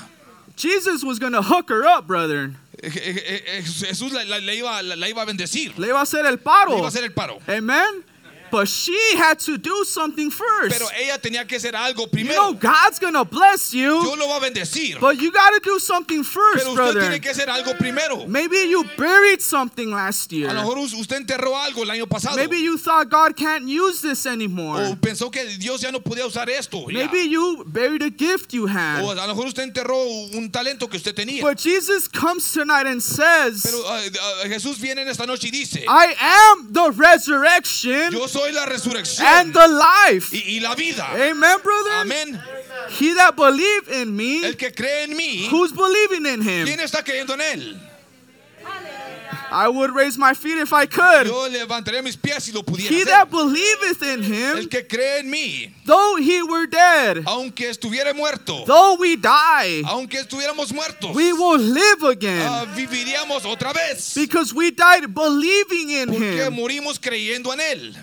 Jesus was going to hook her up, brother. Eh, eh, eh, Jesús la, la- la iba, la, la iba a bendecir, Le iba a hacer el le iba a paro. hacer el paro. Amen? But she had to do something first. Pero ella tenía que hacer algo You know, primero. God's going to bless you, Dios lo va a bendecir, but you got to do something pero first, usted brother. tiene que hacer algo primero. Maybe you buried something last year. A lo mejor us- usted enterró algo el año pasado Maybe you thought God can't use this o anymore. pensó que Dios ya no podía usar esto. ya. Maybe you buried a gift you Pues, O had. a lo mejor usted enterró un talento que usted tenía. But Jesus comes tonight Pero and says, ah, ah, Jesús viene en esta noche y dice, I am the resurrection yo soy la resurrección and the life. y, y la vida. Amen, brother? Amén. He that believe in me, El que cree en mí, who's believing in him? ¿quién está creyendo en él? I would raise my feet if I could. Yo levantaré mis pies si lo pudiera He hacer. that believeth in him, El que cree en mí, though he were dead, aunque estuviera muerto, though we die, aunque estuviéramos muertos, we will live ah, again. viviríamos otra vez. Because we died believing in Porque him. morimos creyendo en él.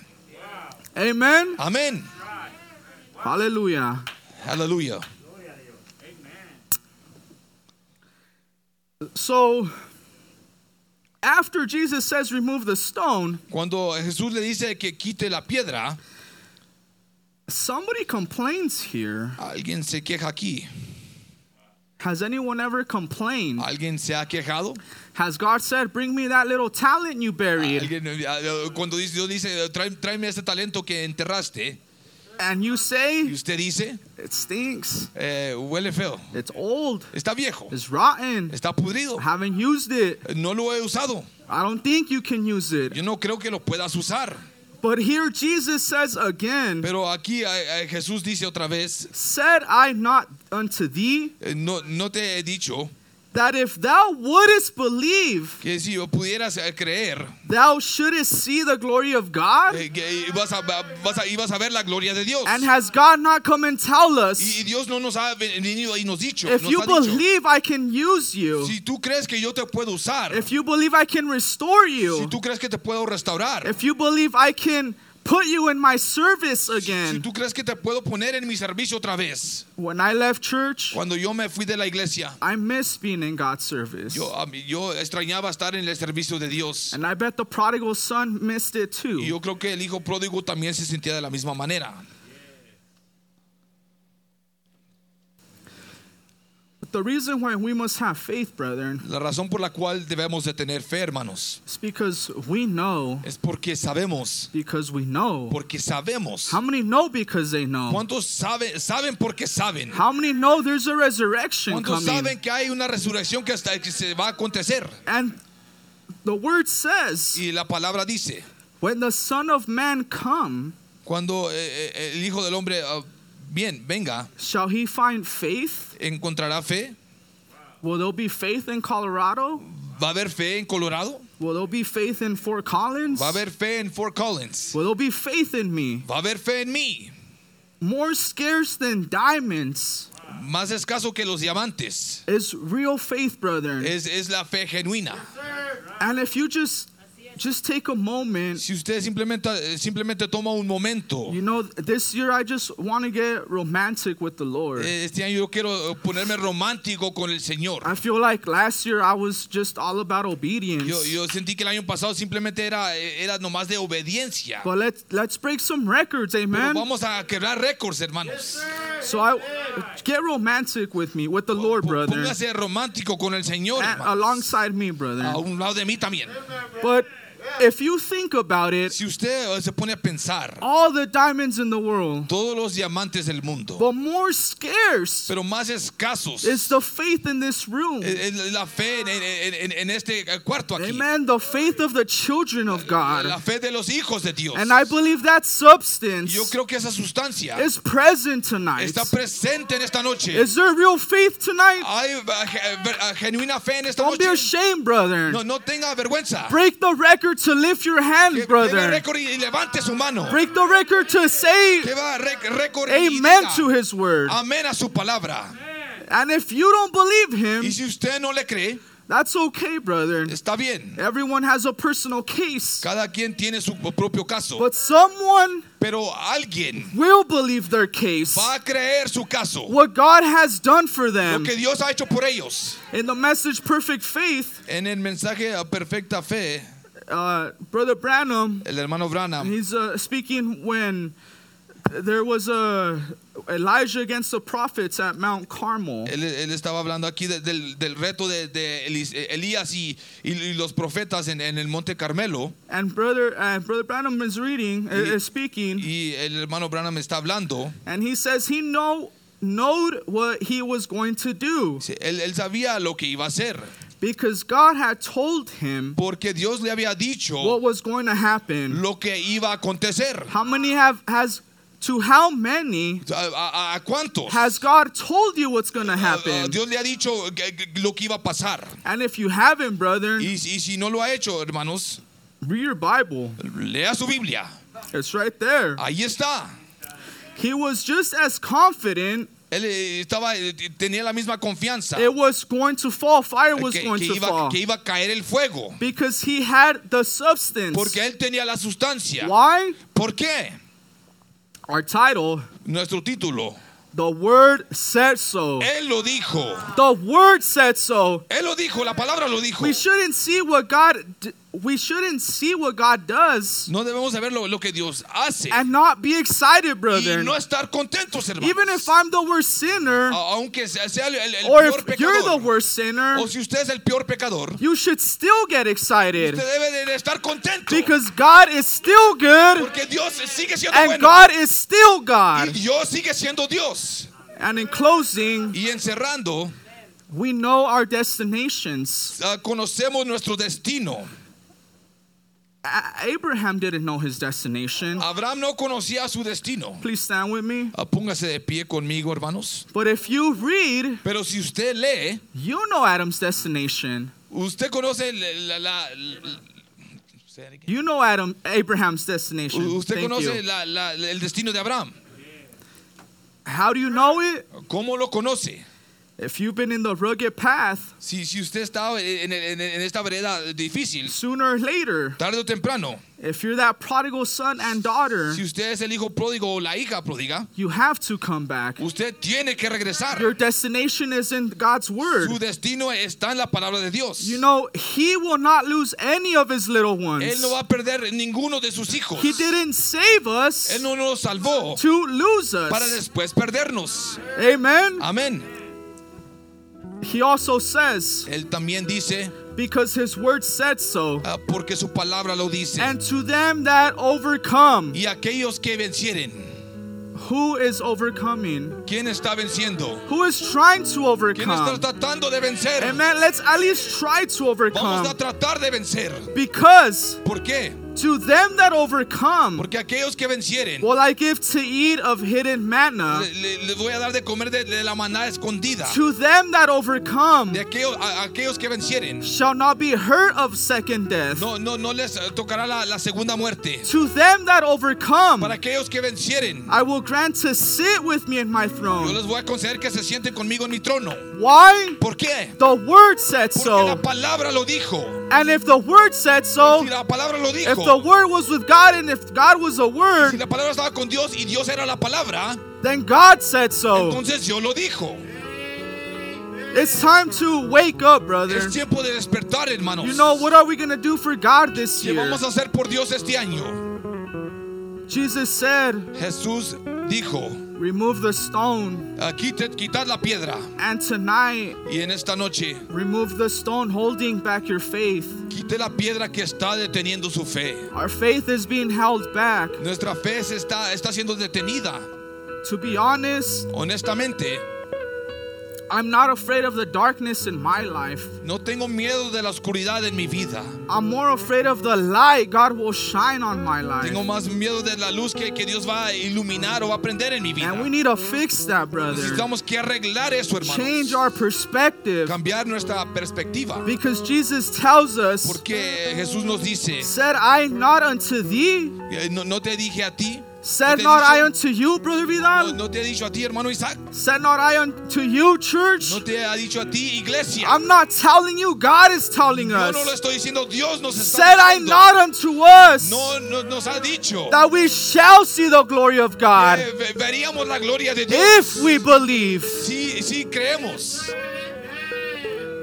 Amen. Amén. Hallelujah. Aleluya. So, after Jesus says, remove the stone, Cuando Jesús le dice que quite la piedra, somebody complains here. alguien se queja aquí. Has anyone ever complained? ¿Alguien se ha quejado? Has God said, bring me that little talent you buried? Alguien, eh, eh, cuando dice- Dios dice, "Trae- tráeme ese talento que enterraste, And you y say, usted dice, it stinks, eh, huele feo, it's old, está viejo, it's rotten, está pudrido, I haven't used it. no lo he usado, I don't think you can use it. yo no creo que lo puedas usar. But here Jesus says again, Pero aquí eh, eh, Jesús dice otra vez, Said I not unto thee eh, no, no te he dicho that if thou wouldest believe, que si pudieras eh, creer, thou shouldest see the glory of God? eh, que ibas a, vas a- ibas a ver la gloria de Dios. And has God not come and tell Y, us, y Dios no nos ha venido y nos dicho, if nos you ha dicho, believe I can use you, si tú crees que yo te puedo usar, if you believe I can restore si you, tú crees que te puedo restaurar, if you believe I can put you in my service Si again? tú crees que te puedo poner en mi servicio otra vez, When I left church, cuando yo me fui de la iglesia, I missed being in God's service. yo, a mí- yo extrañaba estar en el servicio de Dios. And I bet the prodigal son missed it Y too. yo creo que el hijo pródigo también se sentía de la misma manera. But the reason why we must have faith, brethren, La razón por la cual debemos de tener fe, hermanos, is because we know, es porque sabemos, because we know. porque sabemos. How many know because they know? ¿Cuántos sabe- saben porque saben? How many know there's a resurrection ¿Cuántos coming? saben que hay una resurrección que, hasta, que se va a acontecer? And the word says, Y la palabra dice, when the Son of Man come, cuando eh, eh, el Hijo del Hombre, ah, bien, venga, shall he find faith? encontrará fe. Will there be faith in Colorado? ¿Va a haber fe en Colorado? Will there be faith in Fort Collins? Va a haber fe en Fort Collins. Will there be faith in me? Va a haber fe en mí. more scarce than diamonds Más escaso que los diamantes. is real faith, brethren. Es, es la fe genuina. and if you just just take a moment, Si usted simplemente, eh, simplemente toma un momento. you know, this year I just want to get romantic with the Lord. eh, Este año yo quiero eh, ponerme romántico con el Señor. I feel like last year I was just all about obedience. Yo, yo sentí que el año pasado simplemente era, eh, era nomás de obediencia. But let's let's break some records, Pero amen. vamos a quebrar récords, hermanos. So I get romantic with me, with the Lord, P- brother, Ah, Póngase romántico con el Señor. and hermanos. Ah, alongside me, brother. A un lado de mí también. But if you think about it, Si usted eh, se pone a pensar, all the diamonds in the world, todos los diamantes del mundo, but more scarce pero más escasos, is the faith in this room. es es la fe en, en- en- en este cuarto aquí. Amen. The faith of the children of La God. fe de los hijos de Dios. And I believe that substance Yo creo que esa sustancia is present tonight. está presente en esta noche. Is there real faith tonight? Hay eh, ver- eh, genuina fe en esta Don't be noche. ashamed, brother. No, no tenga vergüenza. Break the record to lift your Que- hand, que brother. récord y y levante su mano. Break the record to say Que va rec- récord y amen diga to his word. amén a su palabra. And if you don't believe Y him, si usted no le cree, that's okay, brother. está bien. Everyone has a personal case. Cada quien tiene su propio caso. But someone Pero alguien will believe their case. va a creer su caso. What God has done for Lo them que Dios ha hecho por ellos. in the message Perfect Faith, En el mensaje a perfecta fe, uh, Brother Branham, el hermano Branham he's uh, speaking when there was a Elijah against the prophets at Mount Carmel. Él, él estaba hablando aquí de- del, del reto de, de Elis- eh, Elías y, y- y los profetas en, en el Monte Carmelo. And brother, uh, brother Branham is reading, uh, is speaking, Y el hermano Branham está hablando. and he says he know knowed what he was going to do Sí, Él, él sabía lo que iba a hacer. because God had told him Porque Dios le había dicho what was going to happen. lo que iba a acontecer. How many have has to how many ¿A, a- a cuántos? has God told you what's going to Ah, ah, happen? Dios le ha dicho que- que- lo que iba a pasar. And if you haven't, brother, Y, y si no lo ha hecho, hermanos, read your Bible. lea su Biblia. It's right there. Ahí está. He was just as confident Él eh, estaba, eh, tenía la misma confianza it was going to fall. Fire was que, going que to iba, fall que iba a caer el fuego. because he had the substance. Porque él tenía la sustancia. Why? ¿Por qué? Our title, Nuestro título. The Word Said So. Él lo dijo. The Word said so. Él lo dijo. La palabra lo dijo. We shouldn't see what God d- we shouldn't see what God does No debemos saber lo, lo que Dios hace. and not be excited, Y brother. no estar contentos, hermanos. Even if I'm the worst sinner A- aunque sea, sea el, el- el or peor if you're the pecador. worst sinner, O si usted es el peor pecador. you should still get excited Usted debe de estar contento. because God is still good Porque Dios sigue siendo and bueno. God is still Y God. Dios sigue siendo Dios. And in closing, Y encerrando, we know our destinations. ah, conocemos nuestro destino. A- Abraham didn't know his destination. Abraham no conocía su destino. Please stand with me. Ah, Póngase de pie conmigo, hermanos. But if you read, Pero si usted lee, you know Adam's destination. usted conoce la... la- la- You know Adam Abraham's destination. u- usted Thank conoce you. la- la- el destino de Abraham. How do you know it? ¿Cómo lo conoce? If you've been in the rugged path, Si, si usted está en, en- en esta vereda difícil, sooner or later, tarde o temprano, if you're that prodigal son and daughter, si usted es el hijo pródigo o la hija pródiga, you have to come back. usted tiene que regresar. Your destination is in God's Su word. destino está en la palabra de Dios. You know, he will not lose any of his little Él ones. no va a perder ninguno de sus hijos. He didn't save us Él no nos salvó to lose para us. después perdernos. Amen. Amén. He also says, Él también dice, because his word said so. ah, porque su palabra lo dice. And to them that overcome, Y aquellos que vencieren, who is overcoming? ¿quién está venciendo? Who is trying to ¿Quién está overcome? tratando de vencer? Amen. Let's at least try to Vamos a overcome. tratar de vencer. Because ¿Por qué? to them that overcome Porque aquellos que vencieren, will I give to eat of hidden manna. le- le- les voy a dar de comer de, de la maná escondida. To them that overcome De aquellos, a- aquellos que vencieren, shall not be hurt of second death. no, no, no les eh, tocará la, la segunda muerte. To them that Para overcome, aquellos que vencieren, I will grant to sit with me in my yo throne. les voy a conceder que se sienten conmigo en mi trono. Why? ¿Por qué? The word said Porque so. la palabra lo dijo. And if the word said so, Si la palabra lo if the dijo. word was with God and if God was a Si word, la palabra estaba con Dios y Dios era la palabra, then God said so. entonces yo lo dijo. It's time to wake up, brother. Es tiempo de despertar, hermanos. You know, what are we going to do for God this ¿Qué year? vamos a hacer por Dios este año? Jesus said, Jesús dijo, Remove the stone. "Ah, quite- quitad la piedra. And tonight, Y en esta noche, remove the stone holding back your faith. quite la piedra que está deteniendo su fe. Our faith is being held back. Nuestra fe se está, está siendo detenida. To be honest, Honestamente, I'm not afraid of the darkness in my life. no tengo miedo de la oscuridad en mi vida. I'm more afraid of the light God will shine on my Tengo life. más miedo de la luz que, que Dios va a iluminar o va a prender en mi vida. And we need to fix that, brother. Necesitamos que arreglar eso, Change hermanos. our perspective. Cambiar nuestra perspectiva. Because Jesus tells us, Porque Jesús nos dice, Said I not unto thee? eh, no, no te dije a ti, Said te not dice- I unto you, brother no, Vidal? no te he dicho a ti, hermano Isaac, Said not I unto you, church? no te ha dicho a ti, iglesia. I'm not telling you, God is telling Yo no lo us. estoy diciendo, Dios nos Said está I diciendo. not unto us No, no- nos ha dicho that we shall see the glory of God que ve- veríamos la gloria de Dios. if we believe. Sí, sí, creemos.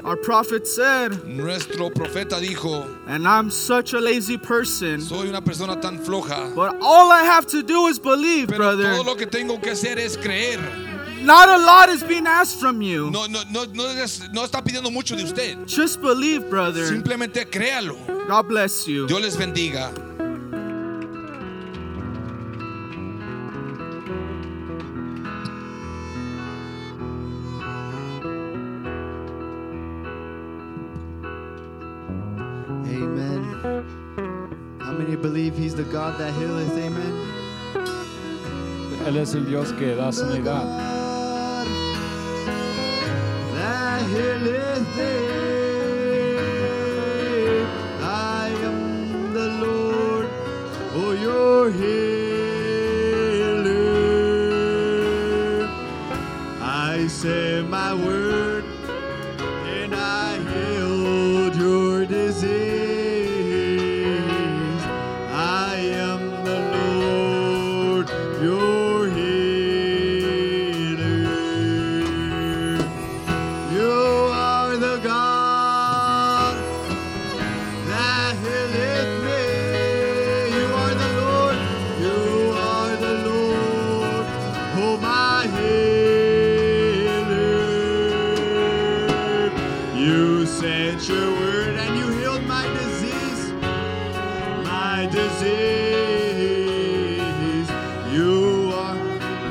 Our prophet said, Nuestro profeta dijo, and I'm such a lazy person, soy una persona tan floja, but all I have to do is believe, pero brother. todo lo que tengo que hacer es creer. Not a lot is being asked from you. No, no, no, no, es- no está pidiendo mucho de usted. Just believe, brother. Simplemente créalo. God bless you. Dios les bendiga. Amen. How many believe he's the God that healeth? Amen. Él es el Dios que da sanidad. God that healeth thee. I am the Lord for your healing. I said my word and I healed your disease. I am the Lord, your healer. You are the God that healeth me. You are the Lord, you are the Lord, oh my healer. You sent your word and you healed my disease, my disease. You are.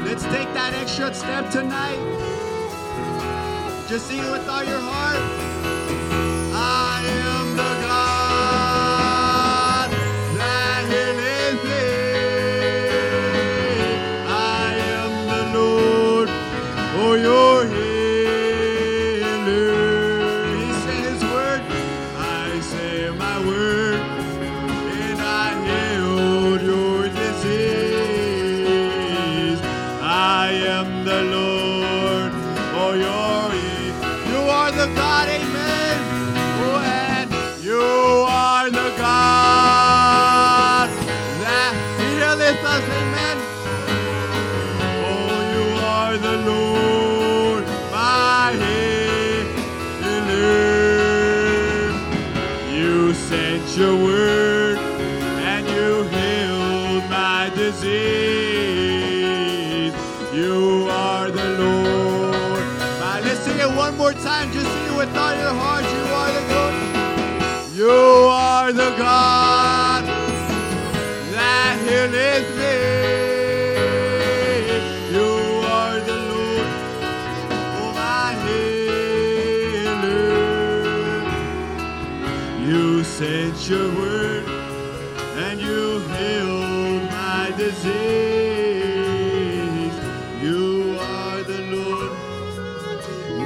Let's take that extra step tonight. Just sing it with all your heart. I am the God that healeth thee. I am the Lord for your healer. He sent his word. I say my word, and I healed your disease. I am the Lord for your healing. You are the God, amen. Oh, and you are the God that healeth us, amen. Oh, you are the Lord, my healer. You sent your word and you healed my disease. You are the Lord. My, let's sing it one more time. Just sing it with all your heart. You are the Lord. You are the God that healeth me. You are the Lord, oh my healer. You sent your word and you healed my disease. You are the Lord,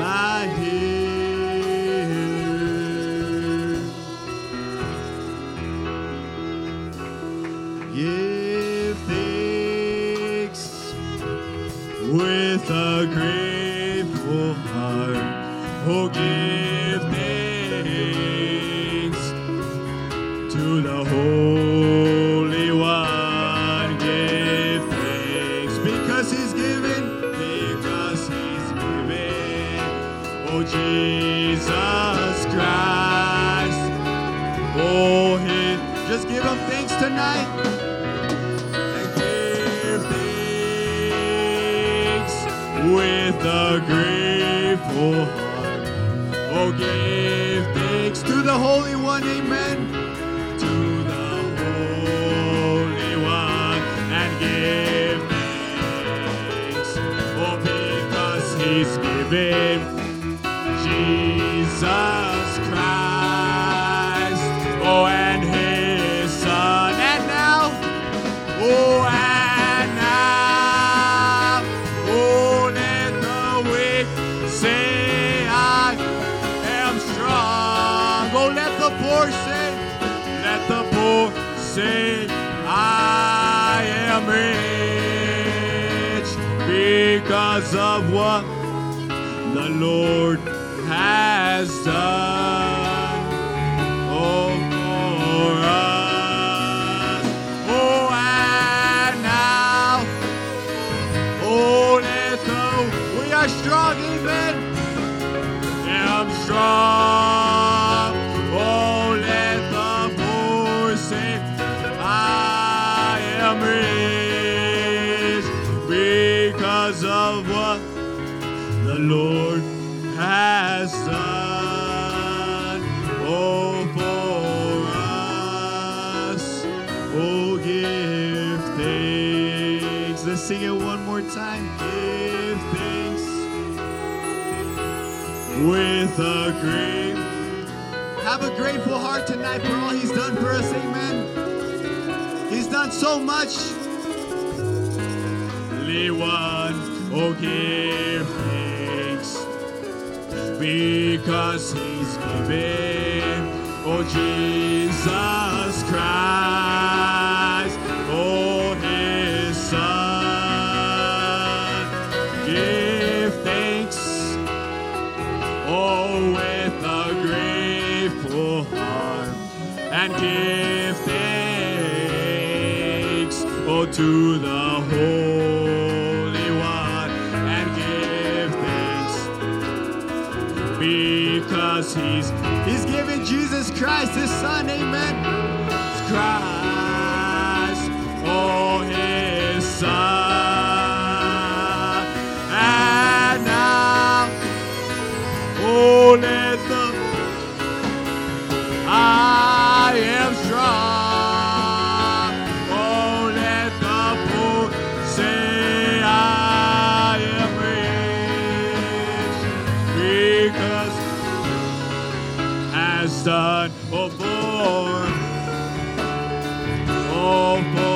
my healer. Give thanks with a grateful heart. Oh, give thanks to the Holy One. Give thanks because He's given, because He's given. Oh, Jesus Christ. Oh, He. Just give Him thanks tonight. And give thanks With a grateful heart, oh, give thanks to the Holy One, amen to the Holy One and give thanks. Oh, because He's given Jesus Christ. Oh, and His Son. And now, oh, and now, oh, let the weak say, I am strong. Oh, let the poor say, let the poor say, I am rich because of what the Lord has done. Oh, for us. Oh, and now, oh, let the, we are strong, amen. Yeah, I'm strong. Oh, let the poor say, I am rich because of what the Lord has done. Oh, for us. Oh, give thanks. Let's sing it one more time. Give thanks with a great have a grateful heart tonight for all he's done for us amen he's done so much Lewan, oh give thanks because he's given oh jesus christ oh his son give thanks Oh, with a grateful heart and give thanks, oh, to the Holy One and give thanks because He's He's given Jesus Christ His Son, Amen. Christ, oh, His Son, and now. Oh, let the I am strong. Oh, let the poor say I am rich because has done oh, for, oh, for oh,